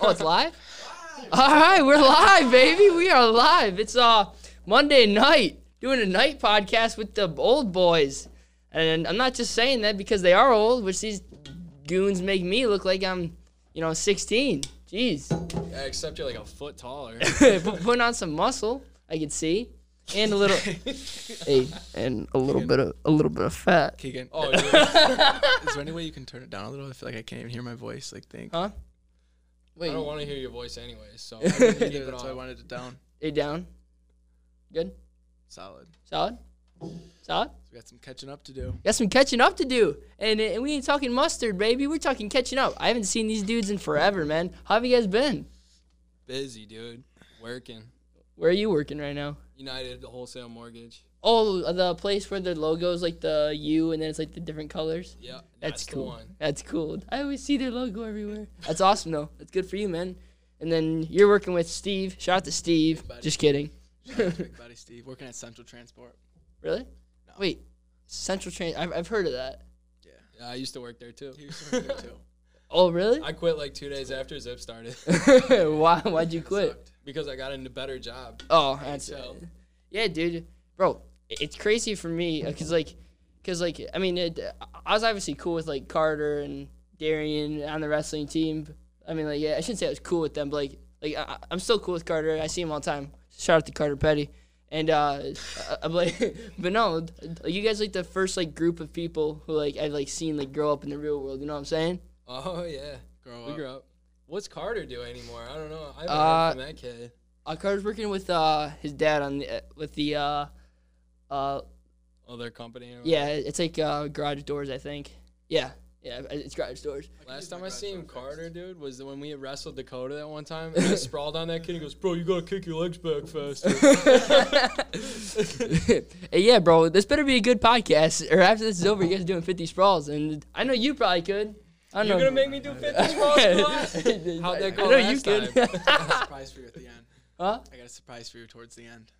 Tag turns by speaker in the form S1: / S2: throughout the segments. S1: Oh, it's live? All right, we're live, baby. We are live. It's uh Monday night, doing a night podcast with the old boys. And I'm not just saying that because they are old, which these goons make me look like I'm, you know, 16. Jeez.
S2: Uh,
S3: Yeah, except you're like a foot taller.
S1: Put- Putting on some muscle, I could see. And a little hey, and a little bit of a little bit of fat.
S3: Keegan. Oh, is there, is there any way you can turn it down a little? I feel like I can't even hear my voice. Like, think.
S1: Huh? Wait,
S2: I don't want to hear your voice anyway, so
S3: Yeah, that's why I wanted it down.
S1: it down. Good?
S3: Solid. So
S1: Solid? Solid?
S3: we got some catching up to do.
S1: Got some catching up to do. And, and we ain't talking mustard, baby. We're talking catching up. I haven't seen these dudes in forever, man. How have you guys been?
S2: busy, dude. Working.
S1: Where are you working right now?
S2: United the wholesale mortgage.
S1: Oh, the place where the logo's like the U and then it's like the different colors.
S2: Yeah,
S1: That's,
S2: the
S1: cool.
S2: one.
S1: That's cool. I always see their logo everywhere. That's awesome, though. That's good for you, man. And then you're working with Steve. Shout out to Steve.
S3: buddy.
S1: Just kidding.
S3: Big buddy Steve working at Central Transport.
S1: Really? Wait. Central Train. I've, I've heard of that.
S2: Yeah, I used to work there too.
S3: He used to work there too.
S1: Oh, really?
S2: I quit like two days after Zip started
S1: Why? Why'd you quit?
S3: Sucked.
S2: because I got into better job.
S1: Oh, that's
S2: so-
S1: yeah, dude, bro. i- It's crazy for me because like, because like, I mean, it, I was obviously cool with like Carter and Darian on the wrestling team. I mean, like, yeah, I shouldn't say I was cool with them, but like, like I, I'm still cool with Carter. I see him all the time. Shout out to Carter Petty. And uh, I- I'm like, but no, you guys like the first like group of people who like I've like seen like grow up in the real world. You know what I'm saying?
S2: Oh yeah,
S3: Grow
S2: we
S3: up.
S2: grew up. What's Carter do anymore? I don't know. I haven't
S1: Uh,
S2: heard from that kid.
S1: Uh, Carter's working with uh his dad on the with the uh uh
S2: Oh, their company. or whatever.
S1: Yeah, it's like uh, garage doors, I think. Yeah, yeah, it's garage doors.
S2: Last time I seen Carter, dude, was when we wrestled Dakota that one time. And I sprawled on that kid. He goes, "Bro, you gotta kick your legs back faster."
S1: Hey, yeah, bro, this better be a good podcast. Or after this is over, you guys are doing 50 sprawls, and I know you probably could. I don't
S2: You're
S1: know.
S2: gonna make me do 50 sprawls, class? How'd that go
S1: I know you
S2: last
S1: could.
S2: time?
S3: I got a surprise for you at the end.
S1: huh?
S3: I got a surprise for you towards the end.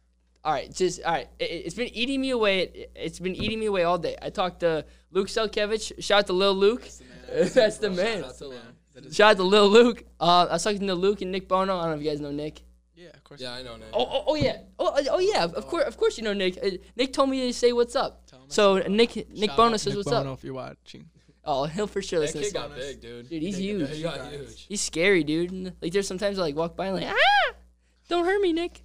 S1: All right, just all right. It, it's been eating me away. It, it's been eating me away all day. I talked to Luke Selkevich. Shout out to Lil Luke.
S3: That's the man.
S1: That's the man.
S2: Shout out to Lil.
S3: That is-
S1: Shout out to Lil Luke. Uh, I was talking to Luke and Nick Bono. I don't know if you guys know Nick.
S3: yeah, of course.
S2: Yeah, I know. Nick.
S1: Oh, oh, oh yeah. Oh, uh, oh yeah. Of course, of course you know Nick. Uh, Nick told me to say what's up.
S3: Tell him I
S1: So Nick, Nick
S3: Shout
S1: Bono
S3: out
S1: says
S3: Nick
S1: what's
S3: Bono
S1: up.
S3: if you're watching.
S1: Oh, he'll for sure
S2: That
S1: listen. to this.
S2: kid got
S3: Jonas.
S2: big, dude.
S1: Dude, he's
S2: Yeah, he
S1: huge.
S2: got huge.
S1: He's scary, dude. And, Like there's sometimes I like walk by and like ah, don't hurt me, Nick.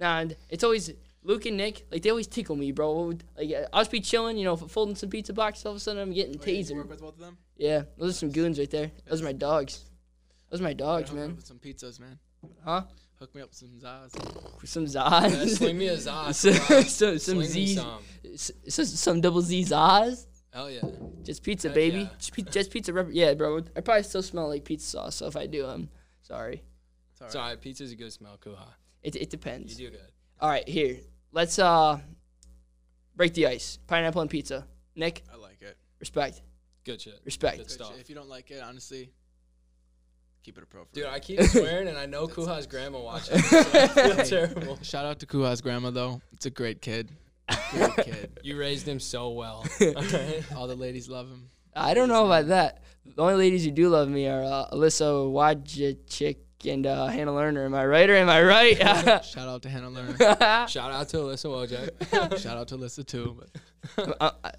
S1: Nah, and it's always Luke and Nick. Like they always tickle me, bro. Like uh, I'll just be chilling, you know, f- folding some pizza boxes. All of a sudden I'm getting
S3: Oh, yeah, you
S1: tasered.
S3: work with both of them?
S1: Yeah, those are some goons right there. Those are my dogs. Those are my dogs,
S3: Hook me up
S1: man.
S3: with some pizzas, man.
S1: Huh?
S3: Hook me up with some Zaz.
S1: Some
S2: Yeah, sling
S1: Zaz.
S2: me a Zaz.
S1: So-
S2: bro.
S1: so- some
S2: Sling me
S1: Z-
S2: some.
S1: s- s- some double Z Zaz.
S2: Hell yeah.
S1: Just pizza,
S2: Heck
S1: baby.
S2: yeah.
S1: Just, pizza, just pizza. Rep- yeah, bro. I probably still smell like pizza sauce. So if I do, I'm sorry.
S3: Sorry.
S2: Sorry, pizza's a good smell, Kuha.
S1: It, it
S2: You
S1: depends.
S2: do good.
S1: All right, here. Let's uh break the ice. Pineapple and pizza. Nick,
S3: I like it.
S1: respect,
S2: Good shit.
S1: respect.
S2: Good
S3: Good
S2: stuff.
S3: shit. If you don't like it, honestly, keep it appropriate.
S2: Dude, I keep swearing, and I know Kuha's grandma watching. So I feel terrible.
S3: Shout out to Kuha's grandma though. It's a great kid. Great kid.
S2: You raised him so well. Alright?
S3: All the ladies love him.
S1: I don't know about that. The only ladies who do love me are uh, Alyssa Wajicic and uh, Hannah Lerner. Am I right or am I right?
S3: Shout out to Hannah Lerner.
S2: Shout out to Alyssa Wojcik.
S3: Shout out to Alyssa too. But
S1: I, I-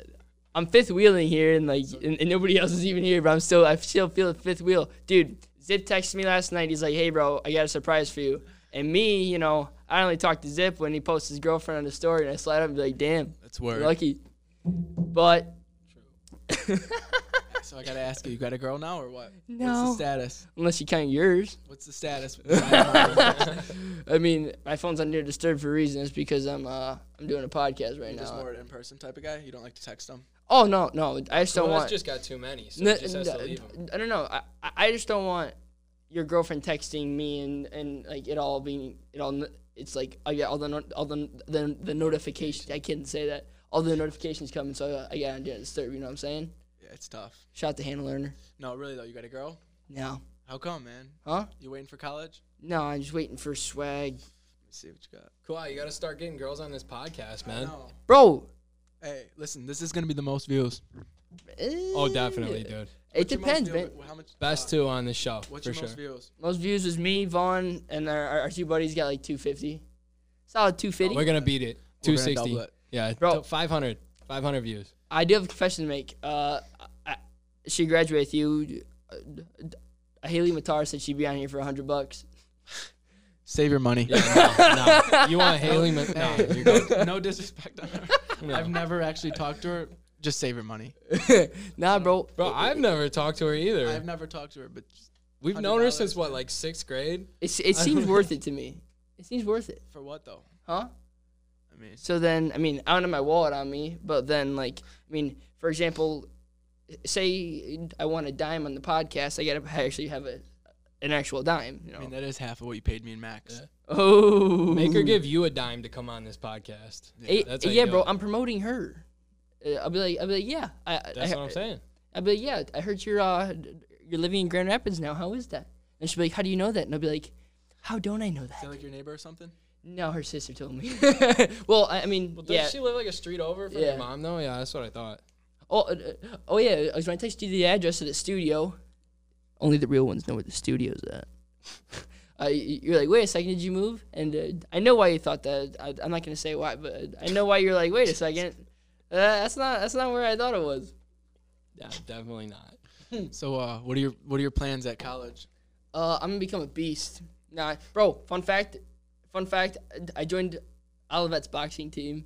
S1: I'm fifth wheeling here, and like, and, and nobody else is even here, but I'm still, I still feel the fifth wheel, dude. Zip texted me last night. He's like, "Hey, bro, I got a surprise for you." And me, you know, I only talk to Zip when he posts his girlfriend on the story, and I slide up and be like, "Damn,
S3: that's word.
S1: lucky." But
S3: so I gotta ask you, you got a girl now or what?
S1: No.
S3: What's the status?
S1: unless you count yours,
S3: What's the status?
S1: I mean, my phone's on near disturbed for reasons because I'm, uh, I'm doing a podcast right
S3: You're just
S1: now.
S3: more an in-person type of guy. You don't like to text them.
S1: Oh no, no, I just don't
S2: Kuha's
S1: want.
S2: just got too many, so
S1: No,
S2: he just has to
S1: no,
S2: leave him.
S1: I don't know. I, I- I just don't want your girlfriend texting me and, and like it all being it all. n- It's like I get all the no- all the the, the notifications. I can't say that. All the notifications coming, so I, I gotta do disturb. You know what I'm saying?
S3: Yeah, it's tough.
S1: Shout out to Hannah Lerner.
S3: No, really though. You got a girl?
S1: No,
S3: How come, man?
S1: huh?
S3: You waiting for college?
S1: No, I'm just waiting for swag,
S3: Let me see what you got.
S2: Kuha, you gotta start getting girls on this podcast, man.
S3: No.
S1: bro.
S3: Hey, listen. This is gonna be the most views.
S2: Oh, definitely, dude.
S1: eh. It
S3: What's your most
S1: depends, man.
S3: view- How much? uh,
S2: Best two on the show
S3: What's
S2: for
S3: your
S2: sure.
S3: most views?
S1: Most views was me, Vaughn, and our, our, our two buddies got like 250. Solid 250.
S2: We're gonna beat it.
S3: We're gonna
S2: 260.
S3: double it.
S2: Yeah,
S1: Bro.
S2: t- 500. 500 views.
S1: I do have a confession to make. Uh, I, she graduated with you. Uh, d- d- Haley Matar said she'd be on here for 100 bucks.
S3: Save your money.
S2: Yeah, no, no. You want Haley? Ma- no, you're good.
S3: no disrespect on her.
S2: No.
S3: I've never actually talked to her. Just save her money.
S1: nah, bro.
S2: Bro, I've never talked to her either.
S3: I've never talked to her, but just-
S2: We've known her
S3: $100.
S2: since what, like sixth grade?
S1: It, it seems worth it to me. It seems worth it,
S3: for what though?
S1: huh?
S3: I mean,
S1: So then, I mean, I don't have my wallet on me, but then, like, I mean, for example, say I want a dime on the podcast, I gotta actually have a an actual dime. You know?
S3: I mean that is half of what you paid me and Max.
S2: Yeah.
S1: oh,
S2: Make her give you a dime to come on this podcast.
S1: Eh,
S2: That's how you
S1: yeah,
S2: do
S1: bro.
S2: it.
S1: I'm promoting her. Uh, I'll be like, I'll be like, yeah. I, I-
S2: That's
S1: I,
S2: what I'm saying.
S1: I'll be like, yeah. I heard you're uh, you're living in Grand Rapids now. How is that? And she'll be like, how do you know that? And I'll be like, how don't I know that?
S3: Sound like your neighbor or something?
S1: No, her sister told me. well, I, I mean,
S2: Well, does
S1: yeah.
S2: she live like a street over from
S1: Yeah.
S2: your mom though? Yeah, that's what I thought.
S1: Oh, uh, uh, oh yeah. I was gonna text you the address of the studio. Only the real ones know where the studio's at. uh, y- you're like, wait a second, did you move? And uh, I know why you thought that. I, I'm not gonna say why, but I know why you're like, wait a second. Uh, that's not that's not where I thought it was.
S2: Yeah, definitely not.
S3: So, uh, what are your what are your plans at college?
S1: Uh, I'm gonna become a beast. Nah, bro. Fun fact. Fun fact. I joined Olivet's boxing team.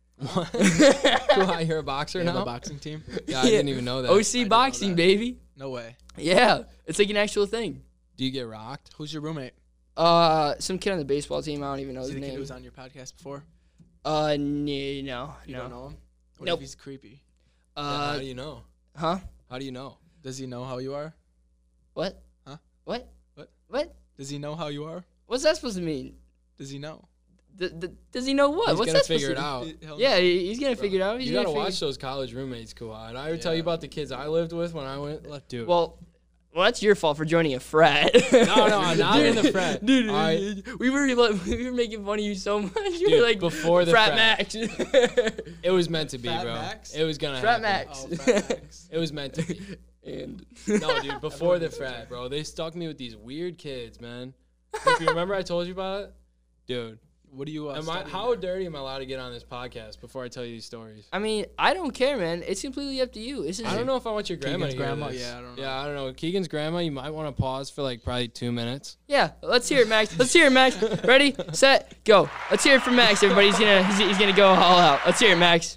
S2: Why, you're a boxer
S3: They have
S2: now?
S3: a boxing team?
S2: yeah, I didn't even know that.
S1: OC boxing,
S3: that.
S1: baby.
S3: No way.
S1: Yeah, it's like an actual thing.
S2: Do you get rocked?
S3: Who's your roommate?
S1: Uh, some kid on the baseball team. I don't even know
S3: Is
S1: his
S3: he the kid
S1: name.
S3: who was on your podcast before?
S1: Uh, n- no,
S3: You
S1: no.
S3: don't know him. What
S1: Nope.
S3: if he's creepy?
S2: Yeah,
S1: Uh,
S2: how do you know?
S1: huh?
S2: How do you know?
S3: Does he know how you are?
S1: What?
S3: Huh?
S1: What?
S3: What?
S1: What?
S3: Does he know how you are?
S1: What's that supposed to mean?
S3: Does he know?
S1: D- d- does he know what?
S2: He's
S1: Uh, What's
S2: gonna
S1: that supposed
S2: figure it
S1: to
S2: out.
S3: He- he'll
S1: Be? Yeah, he- he's gonna figure it out. He's
S2: You gotta
S1: gonna
S2: watch
S1: figure-
S2: those college roommates, Kawhi. And I would tell you
S3: Yeah.
S2: about the kids I lived with when I went. Like, dude,
S1: Well, well, that's your fault for joining a frat.
S2: no, no, not in the frat.
S1: Dude,
S2: All right.
S1: we were like, we were making fun of you so much. You
S2: Dude,
S1: were like
S2: before the
S1: frat,
S2: frat.
S1: max,
S2: it was meant to be,
S3: Frat
S2: bro.
S3: Max?
S2: It was gonna
S1: frat
S2: happen.
S1: max,
S3: Oh, Frat Max.
S2: It was meant to be.
S1: and
S2: No, dude, before the frat, bro, they stuck me with these weird kids, man. If you remember, I told you about it, dude.
S3: What do you? Uh,
S2: Am I,
S3: study?
S2: how dirty am I allowed to get on this podcast before I tell you these stories?
S1: I mean, I don't care, man. It's completely up to you. It's just,
S2: I don't know if I want your grandma.
S3: Keegan's
S2: to hear
S3: grandma?
S2: this.
S3: Yeah, I don't know.
S2: Yeah, I don't know. Keegan's grandma. You might want to pause for like probably two minutes.
S1: Yeah, let's hear it, Max. Let's hear it, Max. Ready, set, go. Let's hear it from Max. Everybody, he's gonna he's, he's gonna go all out. Let's hear it, Max.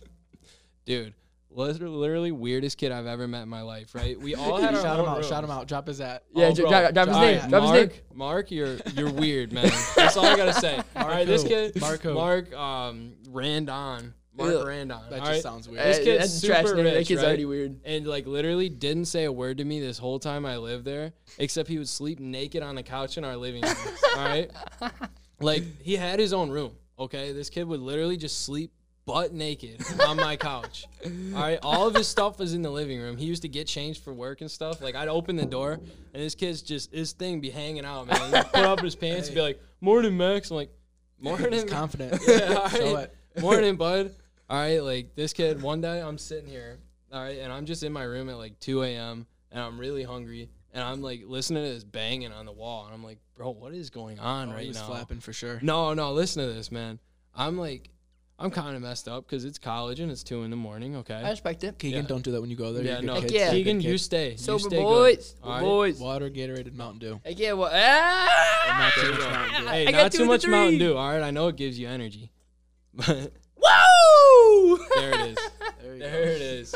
S2: dude. lit- Literally weirdest kid I've ever met in my life. Right? We all had our
S3: Shout
S2: own
S3: him out!
S2: rooms.
S3: Shout him out! Drop his at.
S1: Yeah,
S2: Oh,
S1: dr-
S2: bro.
S1: dr- drop his
S2: All
S1: name.
S2: right,
S1: Drop his
S2: Mark,
S1: name.
S2: Mark, you're you're weird, man. That's all I gotta say. all right, this
S3: who?
S2: kid,
S3: Mark
S2: Mark, Mark,
S3: who?
S2: um, Randon, Mark
S1: Ew.
S2: Randon. all
S3: That just
S2: right?
S3: sounds
S1: Uh,
S3: weird.
S2: This kid's
S1: that's a trash
S2: super
S1: name. That
S2: rich,
S1: kid's
S2: right?
S1: already weird.
S2: and like literally didn't say a word to me this whole time I lived there, except he would sleep naked on the couch in our living room. all right, like he had his own room. Okay, this kid would literally just sleep butt naked on my couch. All right, all of his stuff was in the living room. He used to get changed for work and stuff. Like I'd open the door, and this kid's just his thing be hanging out, man. He'd put up his pants and be like, "Morning, Max." I'm like,
S3: He's
S2: "Morning,
S3: confident.
S2: yeah, all
S3: So
S2: right.
S3: what?
S2: Morning, bud. All right, like this kid. One day I'm sitting here, all right, and I'm just in my room at like 2 a.m. and I'm really hungry, and I'm like listening to this banging on the wall, and I'm like, bro, what is going on
S3: Oh,
S2: right
S3: he was
S2: now?
S3: flapping for sure.
S2: No, no, listen to this, man. I'm like, I'm kind of messed up because it's college and it's two in the morning.
S1: I
S2: Okay.
S1: respect it.
S3: Keegan,
S2: Yeah.
S3: don't do that when you go there.
S2: Yeah,
S3: You're a good
S2: no.
S3: kid.
S1: Heck yeah.
S3: You're a good
S2: Keegan,
S3: kid.
S2: you stay. You
S1: Sober
S2: stay good.
S1: boys,
S2: All right.
S1: boys.
S3: Water, Gatorade, and Mountain Dew.
S1: I get what? Ah!
S3: Not too much Mountain Dew.
S2: Hey,
S1: I got
S2: not
S1: two
S2: too
S1: of the
S2: much Mountain
S1: three.
S2: Dew. All right, I know it gives you energy, but
S1: Woo!
S2: there it is.
S3: There you
S2: There it is.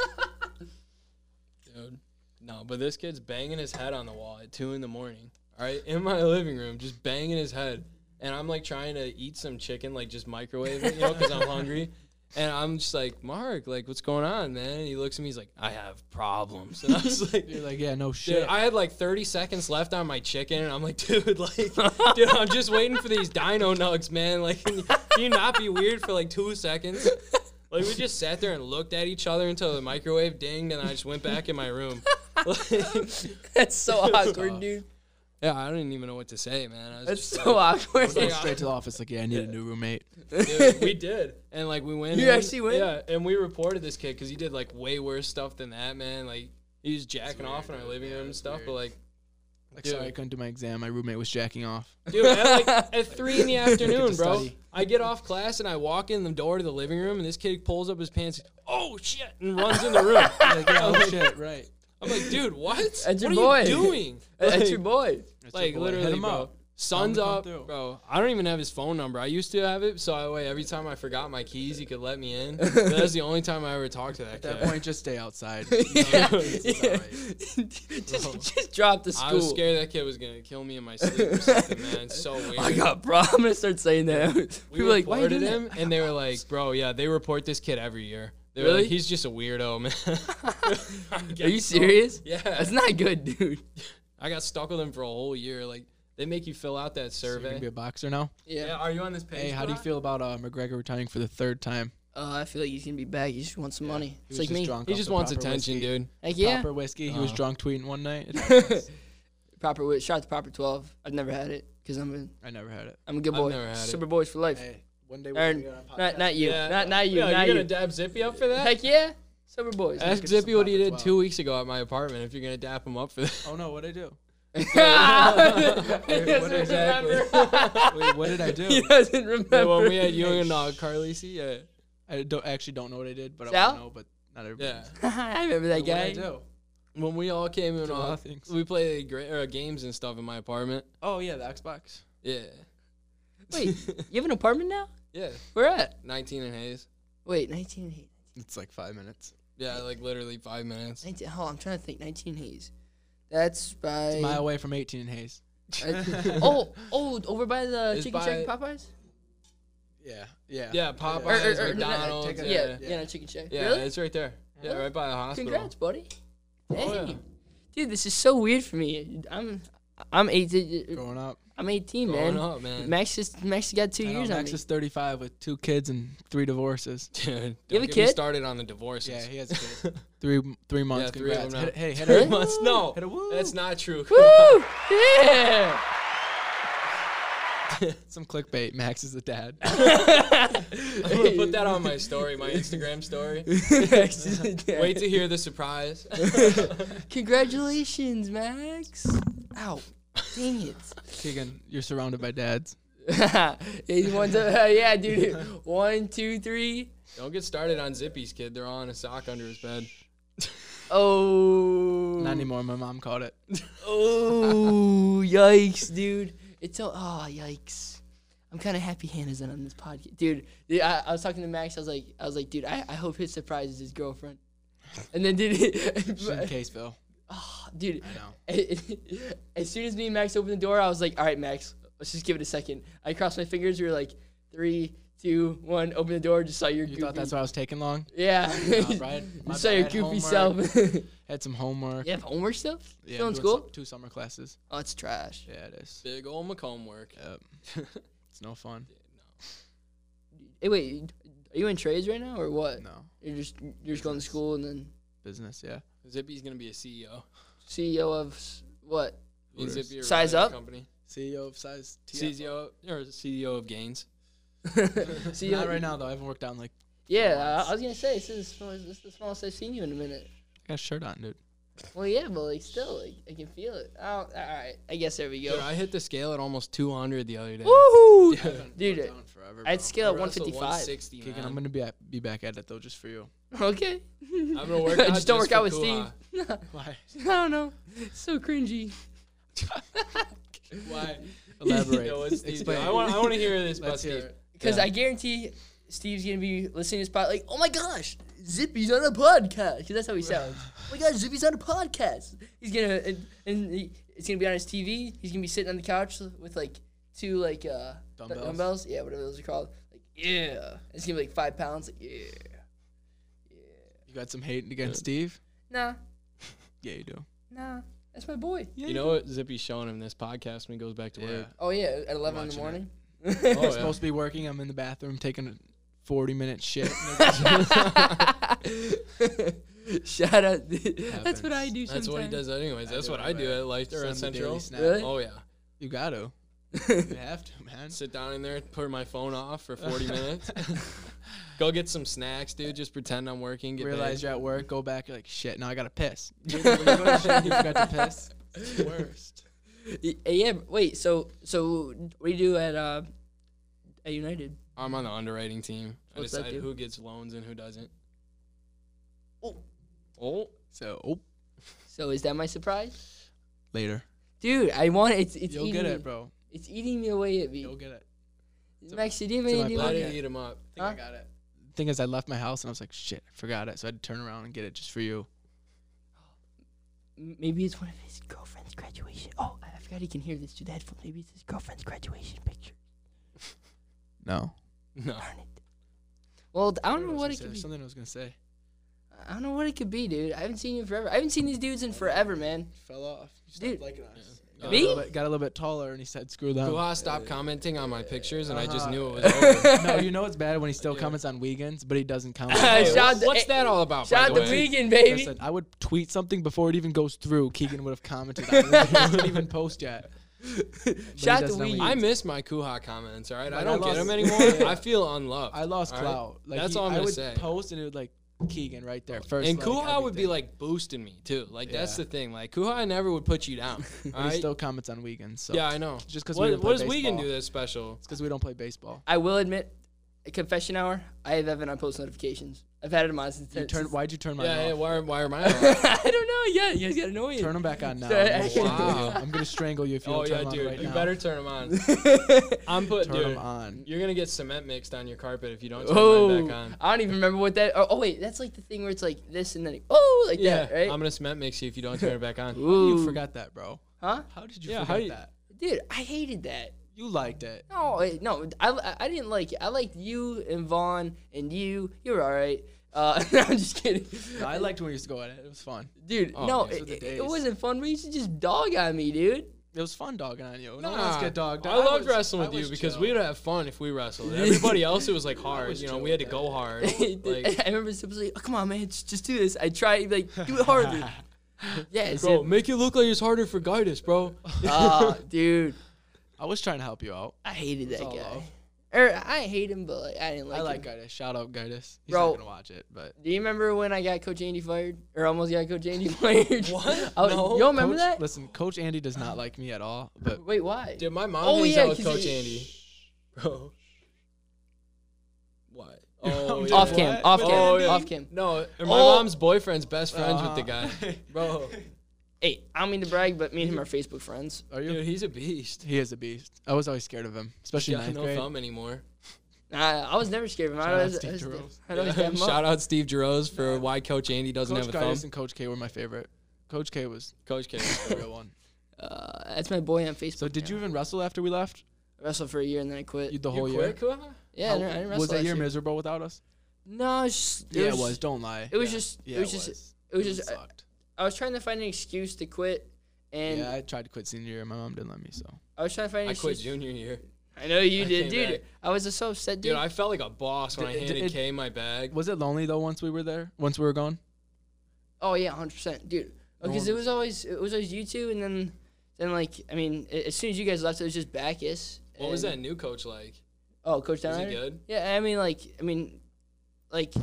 S2: Dude. No, but this kid's banging his head on the wall at two in the morning. All right, in my living room, just banging his head, and I'm like trying to eat some chicken, like just microwave it, you know, because I'm hungry. And I'm just like, Mark, like, what's going on, man? And he looks at me, he's like, I have problems. And I was like,
S3: You're like, yeah, no shit.
S2: Dude, I had like 30 seconds left on my chicken, and I'm like, dude, like, dude, I'm just waiting for these dino nugs, man. Like, can you- can you not be weird for like two seconds? Like, we just sat there and looked at each other until the microwave dinged, and I just went back in my room. Like,
S1: That's so awkward, dude.
S2: yeah, I didn't even know what to say, man. I was
S1: That's
S2: just
S1: so
S2: like,
S1: awkward.
S3: Go
S2: Yeah.
S3: straight to the office. Like, yeah, I need a new roommate.
S2: dude, we did, and like, we went.
S1: You
S2: in-
S1: actually went?
S2: Yeah, and we reported this kid because he did like way worse stuff than that, man. Like, He was jacking off in
S3: weird,
S2: our
S3: dude.
S2: living
S3: Yeah,
S2: room and
S3: it's
S2: stuff, but like,
S3: Like,
S2: Dude.
S3: sorry, I couldn't do my exam. My roommate was jacking off.
S2: dude, at like at three in the afternoon,
S3: to
S2: bro.
S3: study.
S2: I get off class and I walk in the door to the living room, and this kid pulls up his pants, oh shit, and runs in the room.
S3: Like, yeah, oh shit, right.
S2: I'm like, dude, what? what
S1: your
S2: are
S1: boy.
S2: you doing?
S1: That's
S2: Like-
S1: your boy.
S3: That's your
S2: like
S3: boy.
S2: literally,
S3: Hit him
S2: bro.
S3: up.
S2: Sun's
S3: Tell him to
S2: up,
S3: come through.
S2: bro. I don't even have his phone number. I used to have it, so I way every time I forgot my keys, he could let me in. That's the only time I ever talked to that
S3: At that
S2: kid.
S3: point, just stay outside.
S1: Yeah. just, just drop the
S2: I was
S1: school.
S2: scared that kid was gonna kill me in my sleep or something, man. It's so weird.
S1: my God, bro, I'm gonna start saying that.
S2: we
S1: People are like, why are you
S2: reported
S1: doing
S2: him, and they were like, "Bro, yeah, they report this kid every year. They were
S1: Really?
S2: like, He's just a weirdo, man."
S1: that? Are you serious?
S2: Yeah,
S1: That's not good, dude.
S2: I got stuck with him for a whole year. Like, they make you fill out that
S3: You're gonna
S2: survey.
S3: be a boxer now.
S2: yeah, are you on this page?
S3: Hey, how do you
S2: Brock?
S3: feel about uh, McGregor retiring for the third time?
S1: Oh, I feel like he's gonna be back. He just wants some money.
S3: He
S1: It's
S3: was
S1: like
S3: just
S1: me.
S3: drunk
S2: He
S3: off
S2: just
S3: the
S2: wants
S3: proper
S2: attention,
S3: whiskey.
S2: dude.
S1: Like yeah,
S3: Proper whiskey. He was
S2: Uh.
S3: drunk tweeting one night.
S1: proper wit. Shout out to proper twelve. I've never had it because I'm a
S3: I never had it.
S1: I'm a good
S2: I've
S1: boy.
S2: never had it.
S1: Super boys for life.
S3: Hey, one day
S1: Aaron, not not you.
S2: Yeah.
S1: Not not you.
S2: Yeah,
S1: not
S2: you're
S1: you.
S2: gonna dab Zippy up for that?
S1: Heck yeah, super boys.
S2: Ask
S3: get
S2: Zippy
S3: some
S2: what he
S3: pop as
S2: did
S3: well.
S2: two weeks ago at my apartment. If you're gonna dap him up for that,
S3: Oh no, what did I do?
S1: he doesn't
S2: exactly.
S1: remember.
S3: Wait, what did I do?
S1: he doesn't remember.
S2: the one we had you and uh, Carlisi, yeah,
S3: I don't actually don't know what I did, but I
S1: Sal?
S3: want to know. But not everybody.
S2: yeah.
S3: knows.
S1: I remember that
S3: What did I
S1: guy.
S3: do?
S2: When we all came in,
S3: Did a lot
S2: uh,
S3: of things.
S2: we played gra- or games and stuff in my apartment.
S3: Oh yeah, the Xbox.
S2: Yeah,
S1: Wait, you have an apartment now?
S2: yeah.
S1: Where at?
S2: 19 and Hayes.
S1: Wait, 19
S3: It's like five minutes.
S2: Yeah, like literally five minutes.
S1: 19, hold on, I'm trying to think. 19 Hayes. That's by.
S3: A mile away from 18 in Hayes.
S1: I- oh, oh, over by the
S2: It's
S1: Chicken Shack
S2: by-
S1: Popeyes?
S3: Yeah, yeah.
S2: Yeah,
S1: Or, or,
S2: Popeyes,
S1: or,
S2: McDonald's.
S1: no, no,
S2: yeah,
S1: yeah,
S2: yeah,
S1: yeah, no, Chicken Shack.
S2: yeah,
S1: really?
S2: it's right there. Yeah, right by the hospital.
S1: Congrats, buddy. Hey.
S2: Oh, yeah.
S1: Dude, this is so weird for me. I'm I'm 18,
S3: Growing up.
S1: I'm 18
S2: Growing
S1: man.
S2: up, man.
S1: Max just Max got two
S3: I know,
S1: years on
S3: Max
S1: me.
S3: is 35 with two kids and three divorces.
S2: Dude, don't
S1: You have a
S2: get me
S1: kid?
S2: started on the divorces.
S3: Yeah, he has a kid. three three months.
S2: Yeah, three of
S3: congrats.
S2: them now.
S3: Hit- Hey, hit
S2: Three
S3: a
S2: months? No,
S3: Hit a woo.
S2: that's not true.
S1: Woo! Yeah.
S3: some clickbait. Max is the dad.
S2: I'm gonna put that on my story, my Instagram story.
S1: Max is a dad.
S2: Wait to hear the surprise.
S1: Congratulations, Max. Ow. Dang it.
S3: Keegan, you're surrounded by dads.
S1: He's one, two, yeah, dude. One, two, three.
S2: Don't get started on Zippy's kid. They're on a sock under his bed.
S1: Oh.
S3: Not anymore. My mom caught it.
S1: Oh, yikes, dude. It's so, oh, yikes. I'm kind of happy Hannah's not on this podcast. Dude, dude I, I was talking to Max. I was like, I was like, dude, I, I hope his surprise is his girlfriend. And then, dude,
S3: She's in Caseville.
S1: dude,
S3: I know.
S1: as soon as me and Max opened the door, I was like, all right, Max, let's just give it a second. I crossed my fingers. We were like, three, two, one, open the door. Just saw your
S3: You
S1: goofy.
S3: thought that's why I was taking long?
S1: yeah.
S3: Nah, Brian, my
S1: just saw
S3: bad.
S1: your
S3: Had
S1: goofy
S3: homework,
S1: self.
S3: Had some homework.
S1: you have homework stuff?
S3: Yeah,
S1: Still in
S3: I'm doing
S1: school?
S3: some- two summer classes.
S1: Oh, it's trash.
S3: Yeah, it is.
S2: Big old McComb work.
S3: Yep. it's no fun.
S1: Hey, wait, are you in trades right now or what?
S3: No
S1: You're just you're just going to
S3: Business.
S1: school and then
S3: business. Yeah.
S2: Zippy's gonna be a CEO.
S1: CEO E of s- what?
S2: Me and
S3: Hooters.
S2: Zippy are
S1: Size
S2: running a
S1: up?
S2: company.
S3: CEO E of size.
S2: CEO or CEO of Gains.
S1: CEO.
S3: Not right now though. I haven't worked out in like.
S1: E Yeah, I, I was gonna say this is the smallest, this is the smallest I've seen you in a minute.
S3: I got a shirt on, dude.
S1: Well, yeah, but like still, like, I can feel it. I don't, all right, I guess there we
S2: Dude,
S1: go.
S2: I hit the scale at almost 200 the other day.
S1: Woohoo!
S3: I haven't
S1: Dude,
S3: worked out in forever,
S1: I'd
S3: bro.
S1: scale at
S2: I wrestled
S1: 155.
S2: 160,
S3: Keegan,
S2: man.
S3: I'm gonna be at, be back at it though, just for you.
S1: Okay.
S2: I'm gonna work out.
S1: just don't work
S2: for
S1: out with
S2: Kuha.
S1: Steve.
S3: Why?
S1: I don't know. It's so cringy.
S2: Why?
S3: Elaborate.
S2: No, what's Steve doing?
S3: Explain.
S2: I want. I want to hear this about
S3: Let's hear
S2: Steve.
S3: it.
S1: Because
S3: Yeah.
S1: I guarantee Steve's gonna be listening to this pod like, oh my gosh, Zippy's on a podcast. 'Cause that's how he sounds. oh my gosh, Zippy's on a podcast. He's gonna and, and he- it's gonna be on his TV. He's gonna be sitting on the couch with like two like uh du-
S3: Dumbbells.
S1: dumbbells. Yeah, whatever those are called. Like yeah, it's gonna be like five pounds. Like yeah,
S3: You got some hate against Steve?
S1: nah,
S3: Yeah, you do.
S1: nah, that's my boy.
S2: You know what Zippy's showing him this podcast when he goes back to work.
S1: Oh yeah, at eleven in the
S3: watching it.
S1: morning.
S3: I'm
S2: Oh, yeah.
S3: supposed to be working. I'm in the bathroom taking a 40 minute shit.
S1: Shout out. that's what I do.
S2: That's what he
S1: sometimes.
S2: does anyways. That's
S3: do
S2: what
S3: it
S2: I do
S3: anyway.
S2: at like or at
S3: Send the
S2: Central.
S3: daily snap.
S1: Really?
S2: Oh yeah.
S3: You got to. You have to, man.
S2: Sit down in there, put my phone off for 40 minutes. Go get some snacks, dude. Just pretend I'm working. Get
S3: Realize
S2: Realize
S3: you're at work, go back, you're like, shit, now I gotta piss. When you go to shit, you forgot to piss. It's the worst.
S1: Y- Yeah. but Wait. So so what do you do at uh at United?
S2: I'm on the underwriting team. I
S1: What's that
S2: decide
S1: do?
S2: who gets loans and who doesn't.
S1: Oh.
S2: Oh.
S3: So, oh,
S1: So is that my surprise,
S3: later.
S1: dude? I want it's it's
S3: You'll
S1: eating
S3: get
S1: me.
S3: it, bro.
S1: It's eating me away at me.
S3: You'll get it. it's a-
S1: Max, do you have
S3: it's in
S1: any idea?
S2: How
S3: my
S1: what-
S2: do
S3: pocket.
S2: you eat them up?
S3: think
S1: Huh?
S3: I got it. Thing is, I left my house and I was like, shit, I forgot it. So I had to turn around and get it just for you.
S1: M- Maybe it's one of his girlfriend's graduation. Oh, I I forgot he can hear this through the headphone. Maybe it's his girlfriend's graduation picture.
S3: No.
S2: No.
S1: Darn it. Well, I don't know what it
S3: There's
S1: could be.
S3: Something I was gonna say.
S1: I don't know what it could be, dude. I haven't seen you in forever. I haven't seen these dudes in forever, man.
S3: Fell off. You
S1: stopped Dude.
S3: liking us.
S2: Yeah.
S3: Got a, little
S1: Me?
S3: bit, got a little bit taller and he said, screw them.
S2: Guha stopped commenting on my pictures, and I just
S3: Uh-huh.
S2: knew it was over.
S3: no, you know it's bad when he still comments on weekends, but he doesn't comment.
S1: Hey,
S2: Hey,
S1: shout-
S2: What's
S1: eh,
S2: that all about? by
S1: Shout out
S2: the
S1: to
S2: way?
S1: Vegan, baby.
S3: Listen, I would tweet something before it even goes through. Keegan would have commented. on it. He didn't even post yet. But he
S1: Shout out
S3: does
S1: to
S3: know
S1: Weege.
S3: he-
S2: I miss my Kuha comments. All right, I
S3: Like, I
S2: don't get
S3: lost-
S2: them anymore. I feel unloved.
S3: I lost
S2: all right?
S3: clout. Like
S2: That's
S3: he-
S2: all I'm
S3: I
S2: gonna
S3: would
S2: say.
S3: Post and it would like Keegan right there first.
S2: And
S3: like,
S2: Kuha would be
S3: everything.
S2: like boosting me too. Like that's the
S3: Yeah.
S2: thing. Like Kuha never would put you down. all
S3: But he
S2: right?
S3: still comments on weekends. So
S2: yeah, I know.
S3: just 'cause we
S2: what,
S3: didn't
S2: what
S3: play
S2: does Wiegand do
S3: baseball.
S2: that's special?
S3: it's because we don't play baseball.
S1: I will admit, a confession hour. I have Evan on post notifications. I've had it on since.
S3: You turn. Why'd you turn my?
S2: Yeah, yeah,
S3: off?
S2: why, are- why are mine on?
S1: I don't know. Yeah, you guys got annoying.
S3: Turn them back on now.
S1: Sorry.
S3: I'm gonna strangle
S2: Wow.
S3: you. I'm gonna strangle you if you
S2: Oh
S3: don't turn
S2: yeah,
S3: 'em on
S2: dude,
S3: right
S2: you
S3: now.
S2: better turn them on. I'm putting
S3: turn
S2: dude.
S3: them on.
S2: You're gonna get cement mixed on your carpet if you don't turn mine
S1: Oh,
S2: back on.
S1: I don't even remember what that. Oh, oh, wait, that's like the thing where it's like this and then it- oh, like
S2: Yeah,
S1: that, right?
S2: I'm gonna cement mix you if you don't turn it back on.
S1: Ooh,
S3: You forgot that, bro.
S1: huh?
S3: How did you
S2: Yeah, how
S3: forget
S2: you-
S3: that?
S1: Dude, I hated that.
S3: You liked it.
S1: No, I- no, I, I didn't like it. I liked you and Vaughn and you. You're all right. Uh, I'm just kidding,
S3: No, I liked when we used to go at it. It was fun.
S1: dude.
S2: Oh,
S1: no,
S2: these
S1: it,
S3: were the
S1: it-
S3: days.
S1: it wasn't fun. We used to just dog on me, dude.
S3: It was fun dogging on you. No
S2: Nah,
S3: one else get dogged.
S2: I, loved
S3: was-
S2: wrestling
S3: I
S2: with you
S3: was
S2: because
S3: chill.
S2: we'd have fun if we wrestled. Everybody else, it was like hard.
S3: was
S2: You know,
S3: chill
S2: we had to
S3: with
S2: go
S3: that.
S2: hard. like,
S1: I remember somebody like, oh, "Come on, man, just, just do this." I try like do it harder. yes,
S2: bro, make it look like it's harder for Guidus, bro.
S1: Oh, dude,
S3: I was trying to help you out.
S1: I hated that
S3: all
S1: guy.
S3: love.
S1: Or I hate him, but like, I didn't like.
S3: I like
S1: him.
S3: Guidus. Shout out Guidus. He's
S1: Bro.
S3: not gonna watch it, but
S1: Do you remember when I got Coach Andy fired, or almost got Coach Andy fired?
S2: What?
S1: I was-
S2: No.
S1: Y'all remember
S3: Coach-
S1: that?
S3: Listen, Coach Andy does not like me at all. But
S1: Wait, why?
S2: Dude, my mom
S1: Oh,
S2: hangs
S1: yeah,
S2: out with
S1: 'cause
S2: Coach
S1: he-
S2: Andy, bro. What? Oh,
S3: I'm
S2: yeah.
S3: just-
S1: off
S3: What?
S1: cam, off
S3: With
S1: cam,
S2: Oh,
S3: Andy?
S2: yeah.
S1: off cam.
S2: No, and my
S1: Oh.
S2: mom's boyfriend's best friends with the guy,
S3: Uh-huh.
S2: bro.
S1: Hey, I don't mean to brag, but me and him are Facebook friends.
S3: are you?
S2: Dude, he's a beast.
S3: He is a beast. I was always scared of him, especially
S2: Yeah,
S3: ninth
S2: no
S3: grade.
S2: thumb anymore.
S1: Nah, I was never scared of him. I
S3: Shout out
S1: always, I
S3: Steve
S1: always,
S3: Jerome.
S1: I always had him up.
S2: Shout out Steve Jarosz for why Coach Andy doesn't
S3: Coach
S2: have a thumb.
S3: Guidus and Coach K were my favorite. Coach K was
S2: Coach K.
S3: the real one.
S1: Uh, that's my boy on Facebook.
S3: So did you even wrestle after we left?
S1: I wrestled for a year and then I quit?
S3: You the whole
S2: you
S3: year.
S2: quit, Kuha?
S1: yeah, I didn't, I didn't
S3: How-
S1: wrestle.
S3: was that
S1: last
S3: year
S1: year.
S3: miserable without us?
S1: No, it's just,
S3: Yeah, it was. Don't lie.
S1: It was
S3: Yeah.
S1: just.
S3: Yeah,
S1: it was just. It was just. I,
S3: sucked.
S1: I was trying to find an excuse to quit, and
S3: yeah, I tried to quit senior year. My mom didn't let me, so
S1: I was trying to find. An
S2: I quit
S1: excuse-
S2: junior year.
S1: I know you
S2: I
S1: did,
S2: came
S1: dude.
S2: back.
S1: I was so upset, dude.
S2: Dude, I felt like a boss when I
S3: Did-
S2: handed
S3: did-
S2: Kay my bag.
S3: was it lonely though once we were there? Once we were gone?
S1: Oh yeah, hundred percent, dude.
S3: No
S1: Because
S3: one
S1: it was always it was always you two, and then then like I mean, a- as soon as you guys left, it was just Backus.
S2: What was that
S1: and-
S2: new coach like?
S1: Oh, Coach
S2: Was he
S1: Downrider.
S2: good?
S1: Yeah, I mean, like I mean, like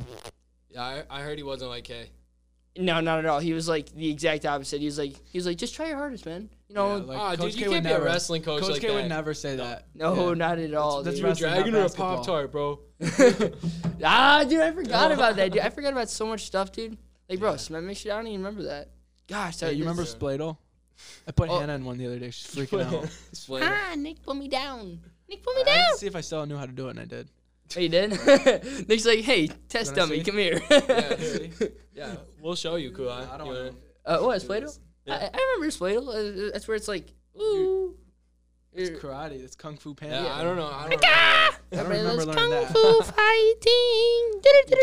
S2: Yeah, I, I heard he wasn't like Kay.
S1: no, not at all. He was like the exact opposite. He was like he was like just try your hardest, man. You know,
S3: Yeah, like,
S2: Ah,
S3: Coach
S2: dude, you
S3: K would
S2: can't be a
S3: never-
S2: wrestling coach,
S3: Coach
S2: like
S3: K
S2: that.
S3: would never say that.
S1: no,
S3: Yeah.
S1: not at all.
S3: that's
S1: dude.
S2: You're
S3: Wrestling, not
S2: dragging her a
S3: basketball.
S2: pop tart, bro.
S1: ah, dude, I forgot about that, dude. I forgot about so much stuff, dude. Like, bro, cement mixture. I don't even remember that. Gosh,
S3: Yeah,
S1: that
S3: you remember
S1: that's-
S3: Spladle? I put
S1: Oh.
S3: Hannah in one the other day. She's freaking out.
S2: Explain it.
S1: Ah, Nick put me down. Nick put me
S3: I had
S1: down.
S3: to see if I still knew how to do it, and I did.
S1: Oh, you did? Nick's like, hey, test
S3: Wanna
S1: dummy,
S3: see?
S1: come here.
S2: Yeah,
S3: See?
S2: yeah, we'll show you, Kuai.
S3: I don't
S2: You
S3: wanna-
S2: wanna-
S1: Uh, what, Spladle?
S2: Yeah.
S1: I, I remember Spladle. Uh, that's where it's like, ooh.
S3: It's karate. It's kung fu panda.
S2: Yeah, I don't know. I don't
S3: I don't remember learning that.
S1: Fu